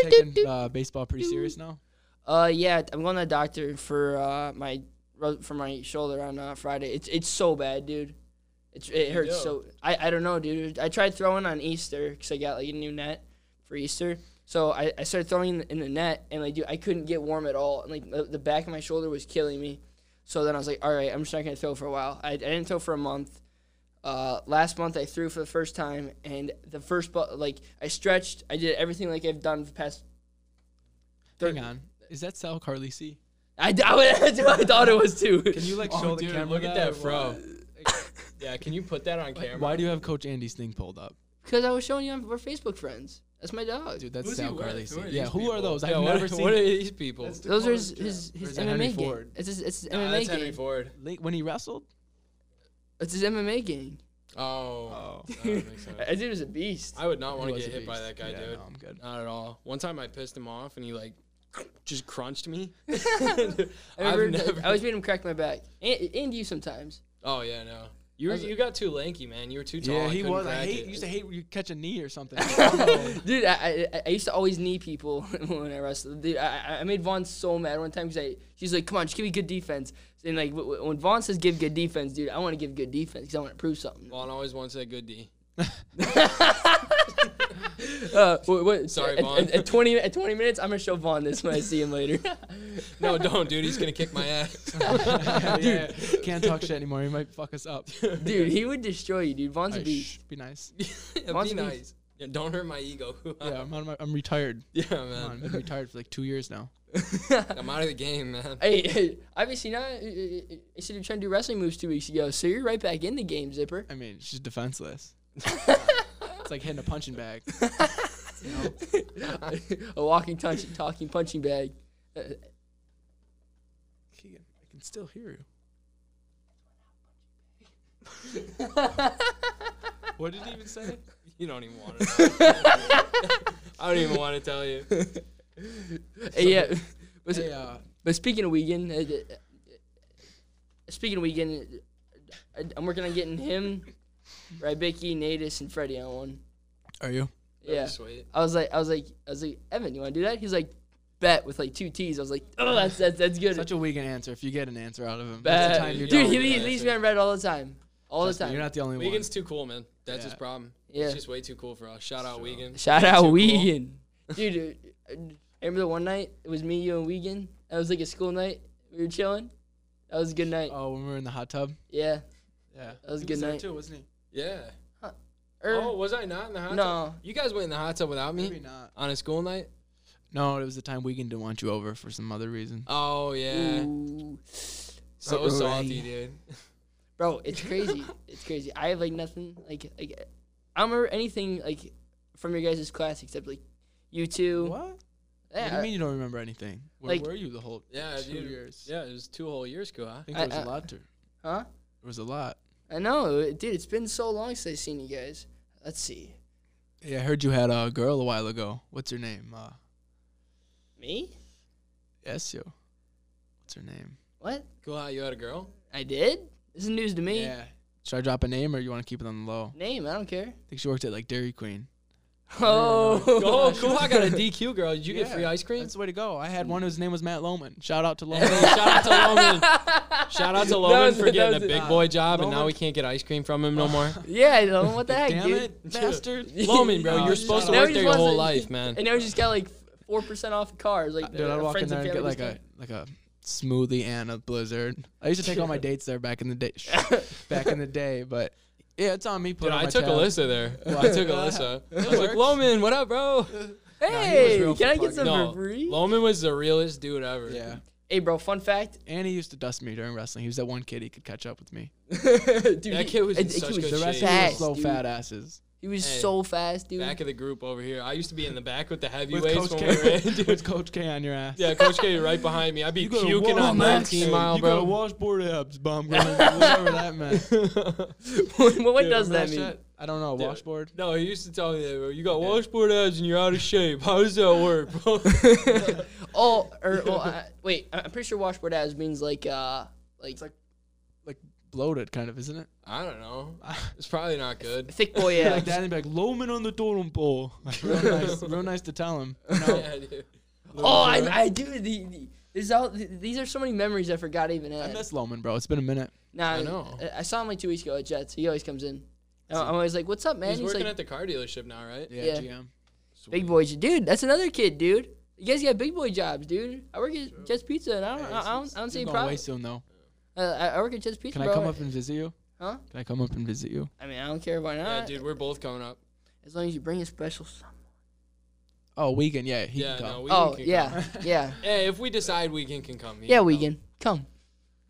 S1: fighting.
S3: You taking uh, baseball pretty serious now?
S1: Uh, yeah, I'm going to the doctor for uh my ro- for my shoulder on uh, Friday. It's it's so bad, dude. It's, it hurts
S2: do?
S1: so. I, I don't know, dude. I tried throwing on Easter because I got like a new net for Easter. So I, I started throwing in the, in the net and like dude, I couldn't get warm at all. And like the, the back of my shoulder was killing me. So then I was like, all right, I'm just not gonna throw for a while. I, I didn't throw for a month. Uh, last month I threw for the first time, and the first ball, like I stretched, I did everything like I've done for the past.
S3: Hang on. Is that Sal Carlisi?
S1: I, d- I, would- that's what I thought it was too.
S4: Can you like
S2: Oh,
S4: show the
S2: dude,
S4: camera?
S2: look at
S4: that,
S2: that
S4: or
S2: fro.
S4: what?
S2: yeah, can you put that on camera?
S3: Why do you have Coach Andy's thing pulled up?
S1: Because I was showing you on, we're Facebook friends. That's my dog.
S3: Dude, that's
S4: Who's he
S3: Sal
S4: with? Who
S3: Carlisi.
S4: are
S3: Yeah,
S4: these
S3: who are
S4: people?
S3: those? I've
S2: Yeah, what,
S3: never
S2: are,
S3: seen.
S2: what are these people?
S4: That's
S1: Those are his
S4: Dakota
S1: his,
S2: Or is
S1: his
S2: that Henry
S1: MMA game.
S2: Ford?
S1: It's his, it's his
S2: Nah,
S1: MMA
S2: that's
S1: game.
S2: Henry Ford.
S3: Late when he wrestled?
S1: It's his MMA game.
S2: Oh,
S3: Oh.
S2: that makes sense.
S1: That dude is a beast.
S2: I would not want
S3: He
S2: to
S3: was
S2: get
S3: a
S2: hit by
S3: beast.
S2: that guy,
S3: Yeah,
S2: dude.
S3: no, I'm good.
S2: Not at all. One time I pissed him off and he like just crunched me.
S1: I,
S2: I've
S1: remember,
S2: never-
S1: I always made him crack my back, and, and you sometimes.
S2: Oh yeah, no. You were,
S1: How's it-
S2: you got too lanky, man. You were too tall.
S3: Yeah,
S2: I
S3: he
S2: couldn't
S3: was. I
S2: crack
S3: hate,
S2: it.
S3: used to hate when you catch a knee or something.
S1: Dude, I, I I used to always knee people when I wrestled. Dude, I, I- I made Vaughn so mad one time because I she's like, "Come on, just give me good defense." And like w- w- when Vaughn says, "Give good defense," dude, I want to give good defense because I want to prove something.
S2: Vaughn always wants that good D.
S1: Uh, what, what,
S2: Sorry,
S1: at,
S2: Vaughn.
S1: At, at twenty at twenty minutes, I'm gonna show Vaughn this when I see him later.
S2: No, don't, dude. He's gonna kick my ass.
S3: Dude, can't talk shit anymore. He might fuck us up.
S1: dude, he would destroy you, dude. Vaughn's a
S3: Alright,
S1: beast.
S3: shh, be nice.
S2: Be
S1: Vaughn's a
S2: nice. Yeah, don't hurt my ego.
S3: Yeah, I'm, out of my, I'm retired.
S2: Yeah,
S3: Come on,
S2: man.
S3: I've been retired for like two years now.
S2: I'm out of the game, man.
S1: Hey, hey, obviously not. I said you're uh, trying to do wrestling moves two weeks ago, so you're right back in the game, Zipper.
S3: I mean, she's defenseless. it's like hitting a punching bag.
S1: a walking, punch, talking punching bag. Uh,
S3: Keegan, I can still hear you. what did he even say?
S2: You don't even want to. Know. I don't even want to tell you.
S1: yeah. Was
S3: Hey,
S1: it,
S3: uh,
S1: but speaking of Wiegand, uh, uh, speaking of Wiegand, uh, I, I'm working on getting him, Rybicki, Natus, and Freddie on one.
S3: are you?
S2: That'd be
S1: Yeah.
S2: Sweet.
S1: I was like, I was like, I was like, Evan, you want to do that? He's like, bet with like two T's. I was like, oh, that's that's, that's good.
S3: Such a weekend answer if you get an answer out of him.
S1: bet.
S3: That's the time you're
S1: Dude,
S3: done.
S1: he
S2: with
S1: lea-
S2: that
S1: leaves
S2: answer.
S1: me on red all the time, all
S3: Trust
S1: the
S3: me,
S1: time.
S3: You're not the only
S2: Wiegand's too cool, man. That's his
S3: Yeah.
S2: problem.
S1: Yeah.
S2: He's just way too cool for us. Shout out Wiegand.
S1: Shout
S2: Way
S1: out
S2: too cool.
S1: Wiegand. Dude, uh, I remember the one night it was me, you, and Wiegand. That was like a school night. We were chilling. That was a good night.
S3: one. Oh, when we were in the hot tub.
S1: Yeah,
S3: Yeah.
S1: that was a good night.
S3: too, wasn't he?
S2: Yeah.
S1: Er,
S2: oh, was I not in the hot tub?
S1: no,
S2: You guys went in the hot tub without me
S3: Maybe not.
S2: on a school night?
S3: No, it was the time Wiegand didn't want you over for some other reason.
S2: Oh yeah.
S1: Ooh.
S2: So
S3: Uh-oh.
S2: salty, dude.
S1: bro, it's crazy. it's crazy. I have like nothing. Like, like I don't remember anything like from your guys' class except like you two.
S3: What?
S1: Yeah,
S3: What do you mean you don't remember anything? Where
S1: Like-
S3: were you the whole
S2: Yeah,
S3: two
S2: dude.
S3: years?
S2: Yeah, it was two whole years ago, huh?
S3: I think
S1: I-
S3: there was
S1: I-
S3: a lot. To, there
S1: Huh?
S3: was a lot.
S1: I know, it- dude. It's been so long since I seen you guys. Let's see.
S3: Yeah, I heard you had a girl a while ago. What's her name? Uh,
S1: Me?
S3: Esio. What's her name?
S1: What?
S2: Cool how you had a girl?
S1: I did? This is news to me.
S3: Yeah. Should I drop a name or you want to keep it on the low?
S1: Name? I don't care.
S3: I think she worked at like Dairy Queen.
S1: Oh,
S2: Oh, cool. I got a DQ girl. Did you get
S3: Yeah,
S2: free ice cream?
S3: That's the way to go. I had one whose name was Matt Loman. Shout out to
S2: Hey,
S3: Loman.
S2: Shout out to Loman. Shout out to Loman
S1: was-
S2: for
S1: that
S2: getting a
S1: was-
S2: big
S3: nah.
S2: boy job, and now
S3: Loman-
S2: we can't get ice cream from him no more.
S1: Yeah, I don't know what the heck,
S3: Damn
S1: dude.
S3: it, bastard.
S2: Loman, bro,
S3: Oh,
S2: you're supposed to
S3: shut
S1: Now
S2: work
S3: up.
S1: he
S2: there
S1: just
S2: your whole
S1: wants
S2: life, man.
S1: And now we just got like four percent off cars. Like,
S3: Dude, I'd
S1: uh,
S3: walk in
S1: friends
S3: there and get
S1: family
S3: like a
S1: discount.
S3: like a smoothie and a blizzard. I used to take all my dates there back in the day. back in the day, but yeah, it's on me. Put
S2: Dude,
S3: on
S2: I
S3: my
S2: took
S3: tab.
S2: Alyssa there. I took Alyssa. I was like, Loman, what up, bro?
S1: Hey,
S3: real
S1: can I
S3: fucking-
S1: get some
S2: No,
S1: for free?
S2: Loman was the realest dude ever.
S3: Yeah,
S1: Hey, bro. Fun fact,
S3: and he used to dust me during wrestling. He was that one kid he could catch up with me.
S1: dude.
S2: That
S1: he-
S2: kid was in
S1: he
S2: such
S1: was
S2: good
S3: The rest
S2: shape.
S3: of them were
S1: Fast,
S3: slow
S1: dude.
S3: fat asses.
S1: He was
S2: Hey,
S1: so fast, dude.
S2: Back of the group over here. I used to be in the back with the
S3: With
S2: heavyweights
S3: Coach,
S2: when
S3: K,
S2: we ran. Dude.
S3: with Coach K on your ass.
S2: Yeah, Coach K right behind me. I'd be puking
S3: wash-
S2: on 19 mile,
S3: you
S2: bro.
S3: got washboard abs, bum. girl. Whatever that meant.
S1: what what does
S3: Remember
S1: that mean?
S3: shit? I don't know.
S2: Dude.
S3: Washboard.
S2: No, he used to tell me that, bro. You got washboard abs and you're out of shape. How does that work, bro?
S1: Oh, or oh, I, wait. I- I'm pretty sure washboard abs means like, uh, like,
S3: like- Bloated, kind of, isn't it?
S2: I don't know. It's probably not good.
S1: thick boy
S3: like
S1: abs.
S3: that, and be like, Loman on the totem pole. Like, real nice, real nice to tell him.
S2: Yeah, dude.
S1: oh, I, I do. The, the, there's all, th- these are so many memories I forgot even.
S3: I
S1: Had.
S3: miss Loman, bro. It's been a minute.
S1: Nah,
S2: I
S1: I
S2: know.
S1: I, saw him like two weeks ago at Jets. He always comes in. I'm I'm always like, "What's up, man?"
S2: He's
S1: He's,
S2: working
S1: like,
S2: at the car dealership now, right?
S1: Yeah.
S3: GM.
S1: "Big boys, dude. That's another kid, dude. You guys got big boy jobs, dude. I work at Jets Pizza, and I don't, I, I don't, I don't see any
S3: You're going away
S1: problem.
S3: soon, though.
S1: Uh, I, I work at Jets Pizza.
S3: Can I
S1: bro.
S3: come up and visit you?
S1: Huh?
S3: Can I come up and visit you?
S1: I mean, I don't care why
S2: Yeah,
S1: not.
S2: dude, we're both coming up.
S1: As long as you bring a special someone.
S3: Oh, Weekend. Yeah, he
S2: yeah,
S3: can
S2: no,
S3: come.
S2: we
S1: Oh
S2: can Come.
S1: yeah, yeah,
S2: Hey, if we decide Weekend can come. he
S1: yeah.
S2: can come.
S1: Weekend, come,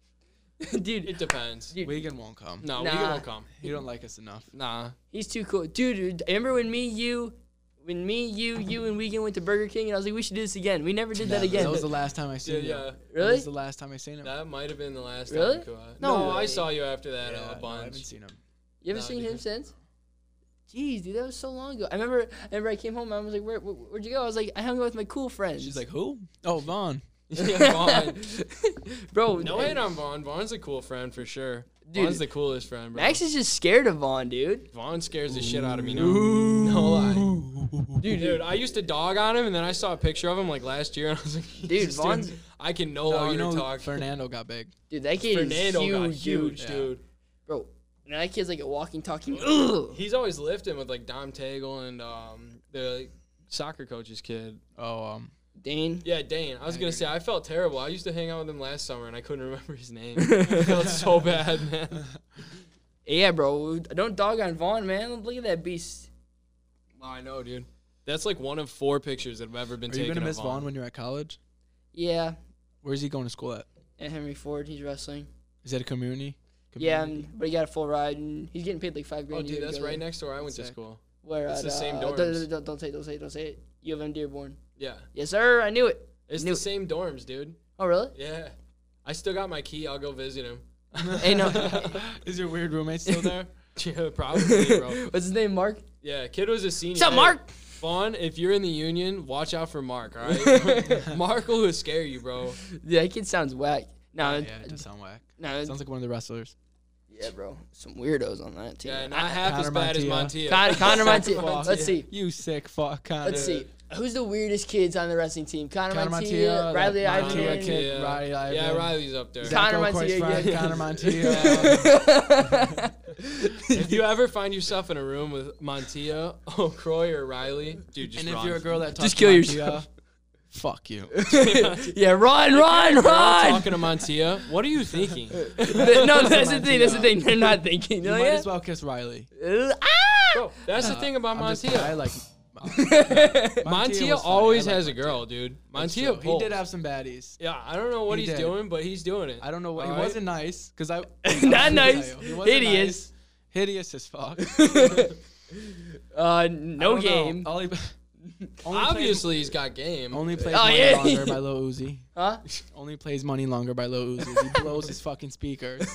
S1: dude.
S2: It depends.
S1: Dude.
S3: Weekend won't come.
S2: No,
S1: Nah.
S2: Weekend won't come.
S3: He don't like us enough.
S2: Nah.
S1: He's too cool, dude. Remember when me, you, when me, you, you, and Weekend went to Burger King, and I was like, we should do this again. We never did that again.
S3: That was the last time I seen
S2: Yeah,
S3: you.
S2: yeah.
S3: That
S1: really?
S3: was the last time I seen him.
S2: That might have been the last
S1: Really?
S2: time. Kawhi.
S1: No
S2: No, I
S1: way.
S2: saw you after that uh,
S3: Yeah,
S2: a
S3: no, I
S2: bunch.
S3: haven't seen him.
S1: You ever
S2: No,
S1: seen
S2: dude.
S1: him since? Jeez, dude, that was so long ago. I remember. I remember I came home. I was like, where, where, where'd you go? I was like, I hung out with my cool friends.
S3: She's like, who? Oh, Vaughn.
S2: yeah, Vaughn.
S1: bro,
S2: No hate on Vaughn. Vaughn's a cool friend for sure.
S1: Dude.
S2: Vaughn's the coolest friend, bro.
S1: Max is just scared of Vaughn, dude.
S2: Vaughn scares the shit out of me now. No lie.
S1: Dude,
S2: Dude, I used to dog on him, and then I saw a picture of him like last year, and I was like,
S1: Dude,
S2: "Jesus,
S1: Vaughn's-
S2: I can no
S3: Oh,
S2: longer
S3: you know,
S2: talk.
S3: Fernando got big.
S1: Dude, that kid
S2: Fernando
S1: is huge,
S2: got huge,
S3: Yeah.
S2: dude.
S1: bro. And that kid's like a walking, talking. Ugh.
S2: He's always lifting with like Dom Tagle and um, the like, soccer coach's kid.
S3: Oh, um,
S1: Dane.
S2: Yeah, Dane. I was
S3: Yeah,
S2: gonna
S3: you're-
S2: say I felt terrible. I used to hang out with him last summer, and I couldn't remember his name. I felt so bad, man.
S1: Yeah, bro. Don't dog on Vaughn, man. Look at that beast.
S2: I know, dude. That's like one of four pictures that have ever been
S3: are
S2: taken
S3: you
S2: of
S3: gonna miss
S2: Vaughn.
S3: Vaughn when you're at college?
S1: Yeah,
S3: Where's he going to school at?
S1: and Henry Ford. He's wrestling.
S3: Is that a community?
S1: Yeah,
S3: Community?
S1: and- but he got a full ride, and he's getting paid like five
S2: Oh,
S1: grand. a
S2: dude,
S1: year to
S2: that's
S1: go
S2: right
S1: there.
S2: next door. I went to
S3: Sick.
S2: school.
S1: Where
S2: It's
S1: at,
S2: the same
S1: uh, don't-
S2: dorms.
S1: Don't, don't, don't say, it, don't say, it, don't say it. U of M Dearborn.
S2: Yeah,
S1: Yes, sir. I knew it.
S2: it's
S1: Knew
S2: the
S1: it.
S2: same dorms, dude.
S1: Oh, really?
S2: Yeah, I still got my key. I'll go visit him.
S1: Hey, no.
S3: Is your weird roommate still there?
S2: Yeah, probably, bro.
S1: What's his name? Mark.
S2: Yeah, kid was a senior.
S1: What's up,
S2: Hey,
S1: Mark?
S2: Vaughn, if you're in the union, watch out for Mark. All right, Mark will scare you, bro.
S1: Yeah, that kid sounds whack. No,
S3: yeah,
S1: it-
S3: it does sound whack.
S1: no, it-
S3: Sounds like one of the wrestlers.
S1: yeah, bro. Some weirdos on that team.
S2: Yeah, not half as
S3: Connor
S2: bad as Montia.
S3: Montia.
S1: Con- Connor Montia.
S2: Montia.
S1: Let's see.
S3: You sick fuck, Connor.
S1: Let's see. Who's the weirdest kids on the wrestling team? Connor,
S3: Connor Montia,
S1: Montia, Riley
S3: that
S1: Iverson.
S3: Montia kid. Riley
S2: yeah,
S3: Ivan.
S2: Riley's up there.
S1: Zach- Connor
S3: Zacho Coy's
S1: Montia,
S3: friend,
S1: yeah.
S3: Connor Montia.
S2: if you ever find yourself in a room with Montia, O'Croy, or Riley, dude, just
S3: and if
S2: run.
S3: you're a girl that talks
S1: Just
S3: to
S1: kill
S3: Montia,
S1: yourself.
S3: Fuck you.
S1: yeah, run, run,
S2: Girl
S1: run.
S2: talking to Montia, what are you thinking?
S1: no, that's the thing. That's the
S3: Montia.
S1: thing. They're not thinking.
S3: You
S1: They're
S3: might
S1: like,
S3: as well kiss Riley.
S1: "Uh, ah!"
S2: Bro, that's the thing about
S3: Uh, I'm just- I
S2: Montia.
S3: like. was funny. I
S2: Montia always
S3: like
S2: has a
S3: Montia.
S2: girl, dude.
S3: That's
S2: Montia,
S3: true. he did
S2: pulls.
S3: have some baddies.
S2: Yeah, I don't know what
S3: He
S2: he's
S3: did.
S2: doing, but he's doing it.
S3: I don't know what he
S2: Alright.
S3: wasn't nice because I
S1: Not
S3: I'll
S1: nice.
S3: tell you, he wasn't
S1: Hideous.
S3: nice. hideous as fuck.
S1: Uh, no
S3: Don't know.
S1: game.
S3: All he- only
S2: Obviously, he's got game.
S3: plays, only plays
S1: Oh,
S3: money
S1: yeah.
S3: longer by Lil Uzi.
S1: Huh?
S3: Only plays money longer by Lil Uzi. He blows his fucking speakers.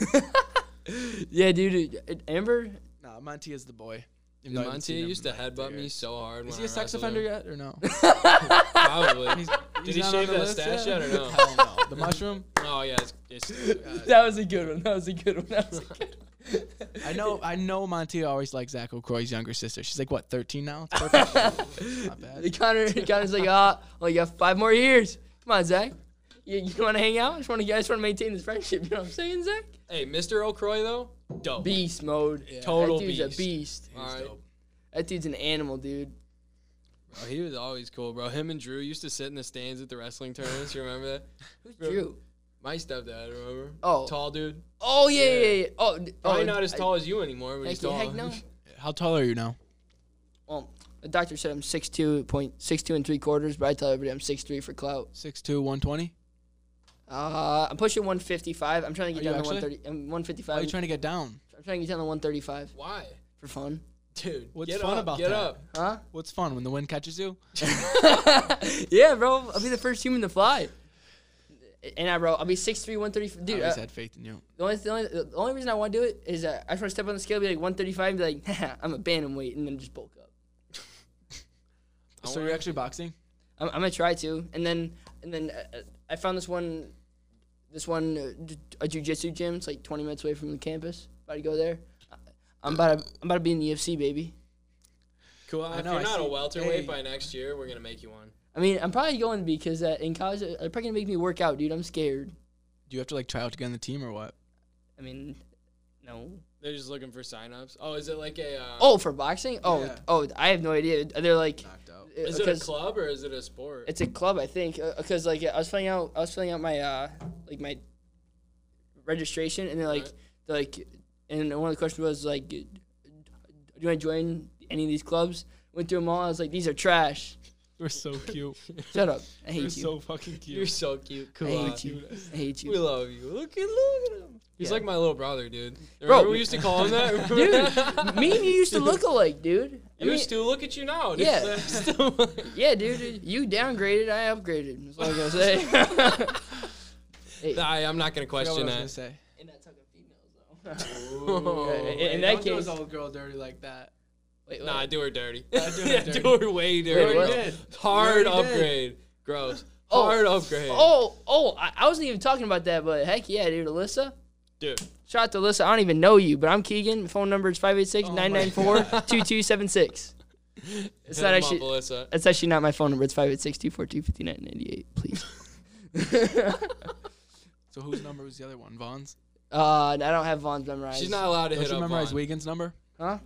S1: Yeah, dude. uh, Amber.
S3: Nah, Monty is the boy. Even
S2: Dude,
S3: though I haven't seen
S2: Montia
S3: him
S2: used to
S3: in like
S2: headbutt
S3: three
S2: me
S3: years.
S2: so hard.
S3: Is
S2: when
S3: he
S2: I
S3: a sex
S2: wrestled him.
S3: offender yet or no?
S2: Probably.
S3: He's
S2: Did he
S3: not on
S2: shave
S3: the
S2: that
S3: list
S2: stash yet or no?
S3: I don't know. The mushroom.
S2: oh yeah, it's, it's uh,
S1: That was a good one. That was a good one. That was a good one.
S3: I know. I know. Monty always liked Zach O'Croy's younger sister. She's like what, 13 now? It's perfect. Not bad.
S1: Connor, Connor's like, ah, well, you got five more years. Come on, Zach. You, you want to hang out? I just want to, I just want to maintain this friendship. You know what I'm saying, Zach?
S2: Hey, Mr. O'Croy though, dope.
S1: Beast mode.
S2: Total
S1: that dude's
S2: beast.
S1: a beast.
S2: All right.
S3: dope.
S1: That dude's an animal, dude.
S2: Bro, he was always cool, bro. Him and Drew used to sit in the stands at the wrestling tournaments. You remember that?
S1: Who's
S2: Bro.
S1: Drew?
S2: My stepdad, remember?
S1: Oh.
S2: tall dude.
S1: Oh yeah, yeah,
S2: Yeah.
S1: yeah. Oh, d-
S2: Probably
S1: oh,
S2: not as
S1: I-
S2: tall as you anymore, but he's
S1: Heck, yeah,
S2: tall.
S1: heck no.
S3: How tall are you now?
S1: Well, the doctor said I'm six two point six two and three quarters, but I tell everybody I'm six three for clout.
S3: 6'2", 120?
S1: Uh, I'm pushing 155. I'm trying to
S3: Are
S1: get down
S3: you
S1: to um,
S3: actually?
S1: 130. I'm
S3: Why are you
S1: 155.
S3: trying to get down?
S1: I'm trying to get down to 135
S2: Why,
S1: for fun.
S2: dude?
S3: What's
S2: get
S3: fun
S2: up,
S3: about
S2: get
S3: that?
S2: up.
S1: Huh?
S3: What's fun when the wind catches you?
S1: yeah, bro. I'll be the first human to fly. And I, bro, I'll be 6'3", 135.
S3: I
S1: Dude,
S3: always
S1: uh,
S3: had faith in you.
S1: the, only, the, only, the only reason I want to do it is uh, I just want to step on the scale, be like 135, and be like, Haha, I'm a bantamweight, and then just bulk up.
S2: I
S3: So you're
S2: wanna-
S3: actually boxing?
S1: I'm, I'm gonna try to, and then and then uh, uh, I found this one, this one uh, ju- a jujitsu gym. It's like 20 minutes away from the campus. About to go there. I- I'm about to I'm about to be in the UFC, baby.
S2: Cool.
S3: I
S2: if
S3: know,
S2: you're
S3: I
S2: not a
S3: see-
S2: welterweight
S3: hey.
S2: by next year, we're gonna make you one.
S1: I mean, I'm probably going because uh, in college uh, they're probably gonna make me work out, dude. I'm scared.
S3: Do you have to like try out to get on the team or what?
S1: I mean, no.
S2: They're just looking for sign-ups. Oh, is it like a? Uh,
S1: Oh, for boxing? Oh,
S3: Yeah.
S1: oh, I have no idea. They're like,
S3: Knocked out.
S1: uh,
S2: Is it a
S1: 'cause
S2: club or is it a sport?
S1: it's a club, I think. Because like I was filling out, I was filling out my uh, like my registration, and they're like,
S2: Right.
S1: they're like, and one of the questions was like, "Do you want to join any of these clubs?" Went through them all. I was like, "These are trash.
S4: We're so cute.
S1: Shut up. I hate
S4: We're
S1: you.
S4: so fucking cute.
S2: You're so cute.
S1: I
S2: Come on.
S1: hate you. I hate
S2: We
S1: you."
S2: love you. Look at look at him. He's
S1: Yeah.
S2: like my little brother, dude. Remember we used to call him that?
S1: Dude, me and you used to look alike, dude. I mean,
S2: used to look at you now. dude.
S1: Yeah.
S2: Still like-
S1: yeah, dude. You downgraded, I upgraded. That's all I gotta say. hey,
S2: I, am not gonna
S3: Forgot what
S2: question
S3: I was
S2: that.
S3: gonna say.
S1: and not talking females
S2: Oh,
S1: in-
S3: Wait,
S1: in that
S3: don't do his
S1: case-
S3: old girl dirty like that.
S1: Wait,
S2: Nah,
S1: wait.
S2: do her dirty.
S3: I do her
S2: yeah,
S3: dirty.
S2: do her way dirty.
S1: what?
S3: did.
S2: Hard
S3: You already did.
S2: upgrade. Gross.
S1: Oh.
S2: Hard upgrade.
S1: Oh, oh, I, I wasn't even talking about that, but heck yeah, dude. Alyssa.
S2: Dude.
S1: Shout out to Alyssa. I don't even know you, but I'm Keegan. Phone number is 586 994 2276.
S2: Hit
S1: It's
S2: him
S1: not
S2: up,
S1: actually.
S2: Melissa.
S1: That's actually not my phone number. It's 586 242 5998. Please.
S3: So whose number was the other one? Vaughn's.
S1: Uh, I don't have Vaughn's memorized.
S2: She's not allowed to
S3: Don't
S2: hit
S3: you
S2: up
S3: memorize
S2: Vaughn.
S3: Wiegand's number?
S1: Huh?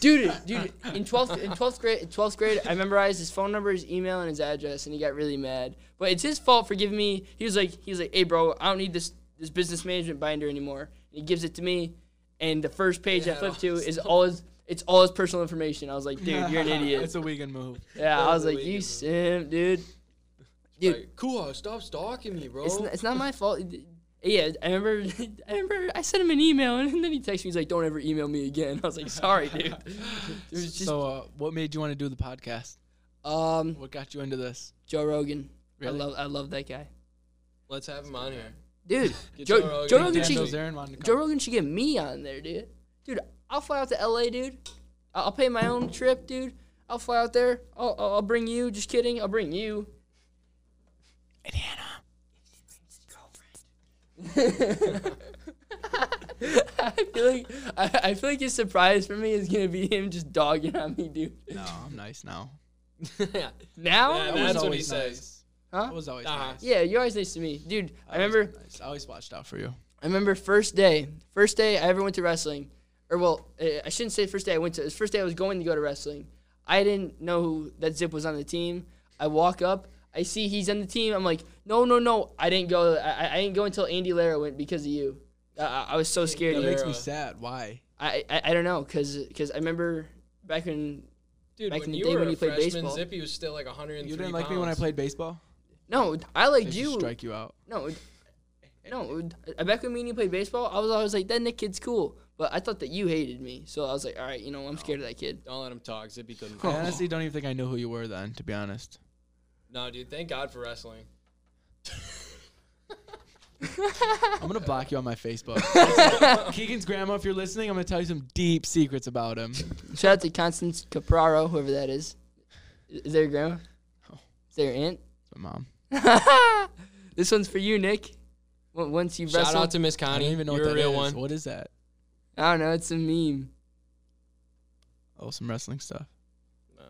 S1: dude, dude, in 12th in 12th grade, in 12th grade, I memorized his phone number, his email, and his address, and he got really mad. But it's his fault for giving me. He was like, he was like, "Hey, bro, I don't need this this business management binder anymore." And he gives it to me, and the first page I
S2: Yeah.
S1: flip to is all his. It's all his personal information. I was like, dude, you're an idiot.
S3: it's a Wiegand move.
S1: Yeah, I
S2: That's
S1: was
S2: a
S1: like,
S2: weak
S1: you
S2: move.
S1: simp, dude. Dude,
S2: Like, cool, stop stalking me, bro.
S1: it's not, it's not my fault. Yeah, I remember. I remember. I sent him an email, and then he texted me. He's like, "Don't ever email me again." I was like, "Sorry, dude." It was just
S3: so uh, what made you want to do the podcast?
S1: um,
S3: What got you into this?
S1: Joe Rogan.
S3: Really?
S1: I love. I love that guy,
S2: Let's have him on here.
S1: dude.
S2: Get
S1: Joe,
S2: Joe Rogan.
S1: Joe Rogan
S3: Dan
S2: Get
S1: should
S2: Joe-
S3: Bilzerian wanted to
S1: Joe
S3: come.
S1: Rogan should get me on there, dude. Dude, I'll fly out to L.A., dude. I- I'll pay my own trip, dude. I'll fly out there. I'll, I'll I'll bring you. Just kidding. I'll bring you. I feel like I, I feel like his surprise for me is gonna be him just dogging on me, dude.
S3: No, I'm nice now.
S2: yeah.
S1: Now, I
S2: Yeah,
S3: I
S2: That's
S3: was
S1: was-
S2: what
S3: always
S2: he says.
S3: nice.
S1: huh?
S3: I was always
S2: Uh-huh.
S3: nice.
S1: Yeah, you're always nice to me, dude. I
S3: was
S1: remember
S3: nice. I always watched out for you.
S1: I remember first day, first day I ever went to wrestling, or well, eh, I shouldn't say first day I went to. It was first day I was going to go to wrestling. I didn't know who that Zip was on the team. I walk up, I see he's on the team. I'm like, no, no, no, I didn't go. I, I- I didn't go until Andy Lara went because of you. I- I, I was so scared.
S3: That
S1: dude.
S3: makes
S2: Era.
S3: me sad. Why?
S1: I, I I don't know, cause 'cause I remember back when
S2: Dude,
S1: Back
S2: when
S1: in the
S2: you
S1: day
S2: were
S1: when
S2: a
S1: you played
S2: freshman,
S1: baseball.
S2: Zippy was still like 103
S3: You didn't like me when I
S2: pounds.
S3: played baseball?
S1: no, I liked
S3: They should
S1: you.
S3: strike you out.
S1: No, no. uh, Back when me and you played baseball, I was always like, that Nick kid's cool. But I thought that you hated me, so I was like, all right, you know, I'm scared of that kid.
S2: Don't let him talk. Zippy couldn't.
S3: I honestly don't even think I knew who you were then, to be honest.
S2: No, dude. Thank God for wrestling.
S3: I'm gonna block you on my Facebook. Keegan's grandma, if you're listening, I'm gonna tell you some deep secrets about him.
S1: Shout out to Constance Capraro, whoever that is. Is there your grandma?
S3: No.
S1: Is there your aunt?
S3: But mom,
S1: This one's for you, Nick. Wo- Once you
S2: Shout
S1: wrestle,
S2: out to Miss
S3: I
S2: Connie.
S3: don't even know
S2: You're
S3: what
S2: a
S3: that
S2: real
S3: is.
S2: one.
S3: What is that?
S1: I don't know, it's a meme.
S3: Oh, some wrestling stuff.
S2: No.